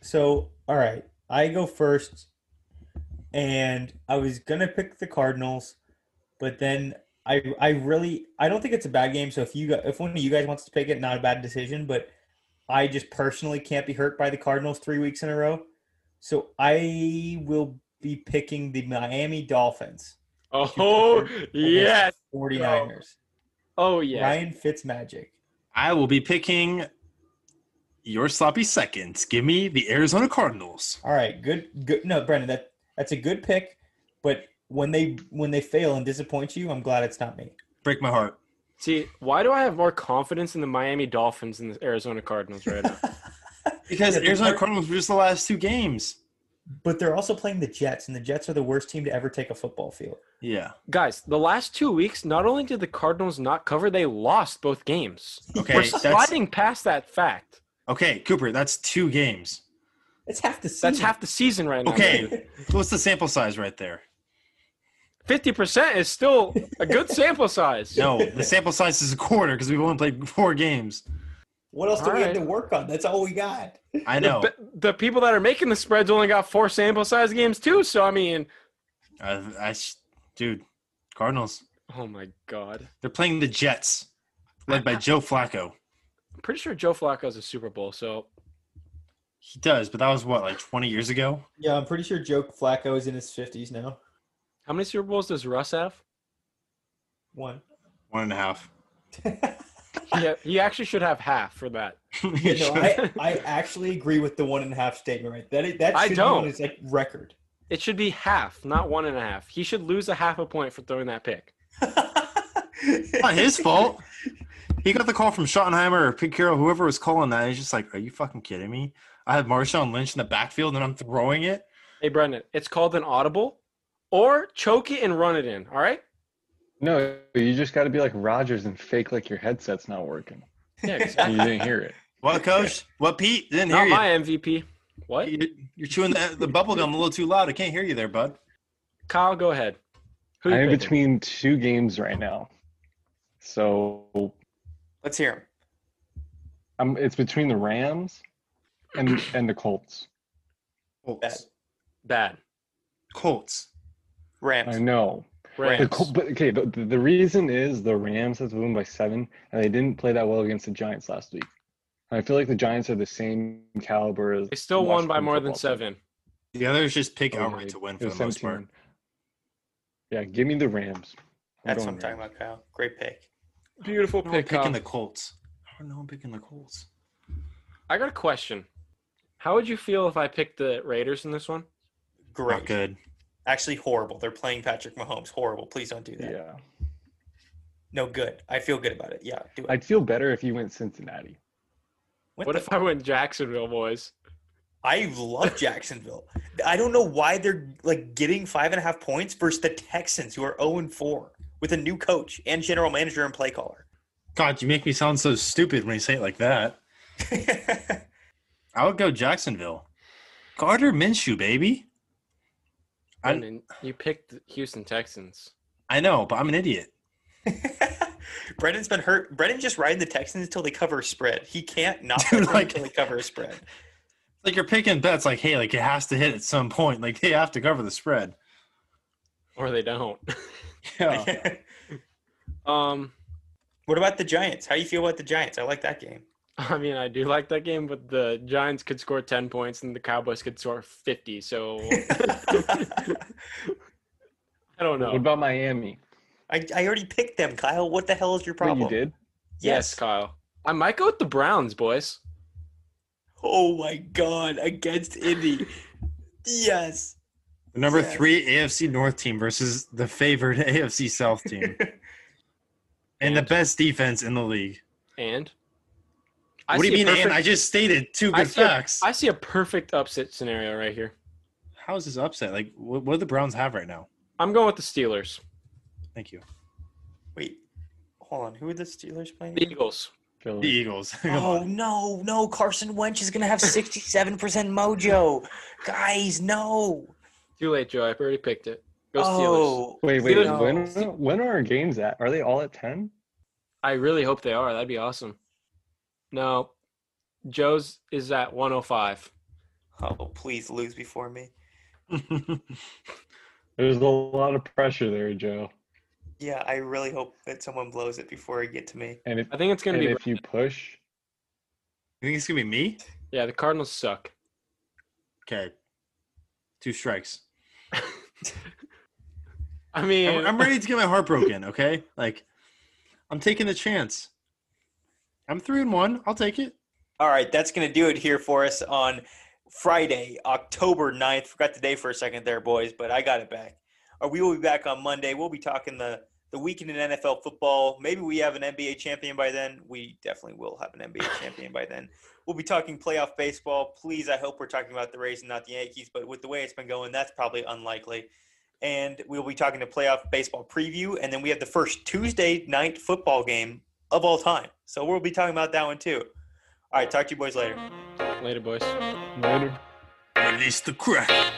[SPEAKER 1] so, all right, I go first, and I was gonna pick the Cardinals, but then I I really I don't think it's a bad game. So if you got- if one of you guys wants to pick it, not a bad decision. But I just personally can't be hurt by the Cardinals three weeks in a row. So I will be picking the Miami Dolphins,
[SPEAKER 2] Oh *laughs* yes.
[SPEAKER 1] 49ers.
[SPEAKER 2] Oh yes.
[SPEAKER 1] Ryan Fitzmagic.
[SPEAKER 5] I will be picking your sloppy seconds. Give me the Arizona Cardinals.
[SPEAKER 1] All right, good, good. No, Brendan, that that's a good pick, but when they when they fail and disappoint you, I'm glad it's not me.
[SPEAKER 5] Break my heart.
[SPEAKER 2] See, why do I have more confidence in the Miami Dolphins than the Arizona Cardinals right
[SPEAKER 5] *laughs*
[SPEAKER 2] now?
[SPEAKER 5] Because
[SPEAKER 1] Yeah, the
[SPEAKER 5] Arizona
[SPEAKER 1] Card-
[SPEAKER 5] Cardinals were just the last two games.
[SPEAKER 1] But they're also playing the Jets, and the Jets are the worst team to ever take a football field.
[SPEAKER 5] Yeah.
[SPEAKER 2] Guys, the last two weeks, not only did the Cardinals not cover, they lost both games. We're
[SPEAKER 5] Okay. That's,
[SPEAKER 2] sliding past that fact.
[SPEAKER 5] okay, Cooper. That's two games.
[SPEAKER 1] It's half the season.
[SPEAKER 2] That's half the season right now.
[SPEAKER 5] Okay. What's the sample size right there?
[SPEAKER 2] Fifty percent is still a
[SPEAKER 5] *laughs*
[SPEAKER 2] good sample size. *laughs*
[SPEAKER 5] No, the sample size is a quarter because we've only played four games.
[SPEAKER 1] What else do
[SPEAKER 2] All
[SPEAKER 1] we have
[SPEAKER 2] right.
[SPEAKER 1] to work on? That's all we got.
[SPEAKER 2] The,
[SPEAKER 5] I know.
[SPEAKER 2] b- the people that are making the spreads only got four sample size games too. So I mean,
[SPEAKER 5] I, I sh- dude, Cardinals.
[SPEAKER 2] oh my god,
[SPEAKER 5] They're playing the Jets, led
[SPEAKER 2] Uh-huh.
[SPEAKER 5] by Joe Flacco.
[SPEAKER 2] I'm pretty sure Joe Flacco's a Super Bowl. So
[SPEAKER 5] He does, but that was what, like 20 years ago?
[SPEAKER 1] Yeah, I'm pretty sure Joe Flacco is in his 50s now.
[SPEAKER 2] how many Super Bowls does Russ have?
[SPEAKER 1] One. *laughs*
[SPEAKER 5] One and a half. *laughs*
[SPEAKER 2] Yeah, he actually should have half for that.
[SPEAKER 1] Yeah, no, I, I actually agree with the one and a half statement. Right? That is- that
[SPEAKER 2] I
[SPEAKER 1] should
[SPEAKER 2] don't.
[SPEAKER 1] Be on his, like record. *laughs*
[SPEAKER 2] It should be half, not one and a half. He should lose a half a point for throwing that pick.
[SPEAKER 5] It's
[SPEAKER 1] *laughs*
[SPEAKER 5] not his fault. He got the call from Schottenheimer or Picaro, whoever was calling that. He's just like, are you fucking kidding me? I have Marshawn Lynch in the backfield and I'm throwing it.
[SPEAKER 2] Hey, Brendan, it's called an audible or choke it and run it in. All right?
[SPEAKER 4] No, you just got to be like Rogers and fake like your headset's not working. *laughs*
[SPEAKER 2] Yeah,
[SPEAKER 4] And
[SPEAKER 2] exactly.
[SPEAKER 4] you didn't hear it.
[SPEAKER 5] What, coach? What, Pete? Didn't
[SPEAKER 2] not
[SPEAKER 5] hear you.
[SPEAKER 2] my MVP. What?
[SPEAKER 5] You- You're chewing the, the bubble gum a little too loud. I can't hear you there, bud.
[SPEAKER 2] Kyle, go ahead. *laughs* Who you
[SPEAKER 4] I am
[SPEAKER 2] picking?
[SPEAKER 4] between two games right now, so
[SPEAKER 1] Let's hear him.
[SPEAKER 4] I'm. It's between the Rams and and the Colts.
[SPEAKER 5] Colts.
[SPEAKER 2] bad.
[SPEAKER 5] Colts.
[SPEAKER 4] I
[SPEAKER 1] Rams.
[SPEAKER 4] know. The
[SPEAKER 1] Rams.
[SPEAKER 4] Col- but okay, the, the the reason is the Rams have won by seven, and they didn't play that well against the Giants last week. And I feel like the Giants are the same caliber as
[SPEAKER 2] They still won by
[SPEAKER 4] Washington
[SPEAKER 2] more than
[SPEAKER 4] football team.
[SPEAKER 2] seven.
[SPEAKER 5] The others just pick
[SPEAKER 4] Oh,
[SPEAKER 5] outright
[SPEAKER 4] right.
[SPEAKER 5] to win
[SPEAKER 4] It
[SPEAKER 5] for
[SPEAKER 4] was
[SPEAKER 5] the most part.
[SPEAKER 4] 17. Yeah, give me the Rams.
[SPEAKER 1] That's what I'm
[SPEAKER 4] going
[SPEAKER 1] talking about, Kyle. Great pick.
[SPEAKER 2] Beautiful
[SPEAKER 5] I don't know, I'm
[SPEAKER 2] pick.
[SPEAKER 5] picking
[SPEAKER 2] Kyle.
[SPEAKER 5] the Colts. I don't know. I'm picking the Colts.
[SPEAKER 2] I got a question. How would you feel if I picked the Raiders in this one?
[SPEAKER 5] Not
[SPEAKER 1] Great.
[SPEAKER 5] good.
[SPEAKER 1] Actually, horrible. They're playing Patrick Mahomes. Horrible. Please don't do that.
[SPEAKER 4] Yeah,
[SPEAKER 1] No good. I feel good about it. Yeah. Do it.
[SPEAKER 4] I'd feel better if you went Cincinnati.
[SPEAKER 1] What
[SPEAKER 2] What
[SPEAKER 1] the
[SPEAKER 2] if I went Jacksonville, boys?
[SPEAKER 1] I love Jacksonville. I don't know why they're like getting five and a half points versus the Texans, who are 0 and 4 with a new coach and general manager and play caller. *laughs*
[SPEAKER 5] God, you make me sound so stupid when you say it like that. I would go Jacksonville. Gardner Minshew, baby. I-
[SPEAKER 2] And then you picked the Houston Texans.
[SPEAKER 5] I know, but I'm an idiot.
[SPEAKER 1] Brendan's been hurt. Brendan just riding the Texans until they cover a spread. He can't not
[SPEAKER 5] Dude,
[SPEAKER 1] pick them
[SPEAKER 5] like-
[SPEAKER 1] until they cover a spread.
[SPEAKER 5] Like you're picking bets, like hey, like it has to hit at some point. Like they have to cover the spread.
[SPEAKER 2] Or they don't. *laughs*
[SPEAKER 5] Yeah.
[SPEAKER 2] um,
[SPEAKER 1] *laughs*
[SPEAKER 2] *laughs*
[SPEAKER 1] what about the Giants? How you feel about the Giants? I like that game. *laughs*
[SPEAKER 2] I mean, I do like that game, but the Giants could score 10 points and the Cowboys could score 50. So I don't
[SPEAKER 5] *laughs*
[SPEAKER 2] know.
[SPEAKER 4] What about Miami?
[SPEAKER 1] I, I already picked them, Kyle. What the hell is your
[SPEAKER 4] What
[SPEAKER 1] problem?
[SPEAKER 4] you did?
[SPEAKER 2] yes,
[SPEAKER 1] Yes.
[SPEAKER 2] Kyle. I might go with the Browns, boys.
[SPEAKER 1] Oh my God! Against Indy. yes.
[SPEAKER 5] The number
[SPEAKER 1] Yes.
[SPEAKER 5] three AFC North team versus the favored *laughs* AFC South
[SPEAKER 2] *laughs*
[SPEAKER 5] team. and the
[SPEAKER 2] And-
[SPEAKER 5] best defense in the league.
[SPEAKER 2] And I
[SPEAKER 5] what do you
[SPEAKER 2] see a
[SPEAKER 5] mean, and?
[SPEAKER 2] perfect-
[SPEAKER 5] I just stated two
[SPEAKER 2] I
[SPEAKER 5] good
[SPEAKER 2] see a-
[SPEAKER 5] facts.
[SPEAKER 2] I see a perfect upset scenario right here.
[SPEAKER 5] How is this upset? Like, what, what do the Browns have right now?
[SPEAKER 2] I'm going with the Steelers.
[SPEAKER 5] Thank you.
[SPEAKER 1] Wait, hold on. Who are the Steelers playing?
[SPEAKER 2] The Eagles.
[SPEAKER 5] The
[SPEAKER 4] Philly.
[SPEAKER 5] Eagles. *laughs* Come
[SPEAKER 1] Oh
[SPEAKER 5] on.
[SPEAKER 1] no, no! Carson Wentz is gonna have sixty-seven percent mojo, guys. No.
[SPEAKER 2] Too late, Joe. I've already picked it. Go Steelers.
[SPEAKER 1] Oh,
[SPEAKER 4] Wait, wait.
[SPEAKER 2] Steelers-
[SPEAKER 4] When when are our games at? Are they all at ten?
[SPEAKER 2] I really hope they are. That'd be awesome. No, Joe's is at 105.
[SPEAKER 1] oh, please lose before me.
[SPEAKER 4] There's a lot of pressure there, Joe.
[SPEAKER 1] Yeah, I really hope that someone blows it before it get to me.
[SPEAKER 4] And if
[SPEAKER 2] I think it's gonna
[SPEAKER 4] and
[SPEAKER 2] be.
[SPEAKER 4] if you push,
[SPEAKER 5] you think it's gonna be me?
[SPEAKER 2] Yeah, the Cardinals suck.
[SPEAKER 5] Okay. Two strikes.
[SPEAKER 2] I mean,
[SPEAKER 5] I'm, I'm ready to get my heart broken. Okay, like I'm taking the chance. I'm three and one. I'll take it.
[SPEAKER 1] All right, that's going to do it here for us on Friday, October 9th. Forgot the day for a second there, boys, but I got it back. Or we will be back on Monday. We'll be talking the, the weekend in NFL football. Maybe we have an NBA champion by then. We definitely will have an NBA champion by then. We'll be talking playoff baseball. Please, I hope we're talking about the Rays and not the Yankees, but with the way it's been going, that's probably unlikely. And we'll be talking to playoff baseball preview. And then we have the first Tuesday night football game of all time. So we'll be talking about that one too. All right, talk to you boys later.
[SPEAKER 2] later, boys.
[SPEAKER 4] later.
[SPEAKER 5] Release the crack.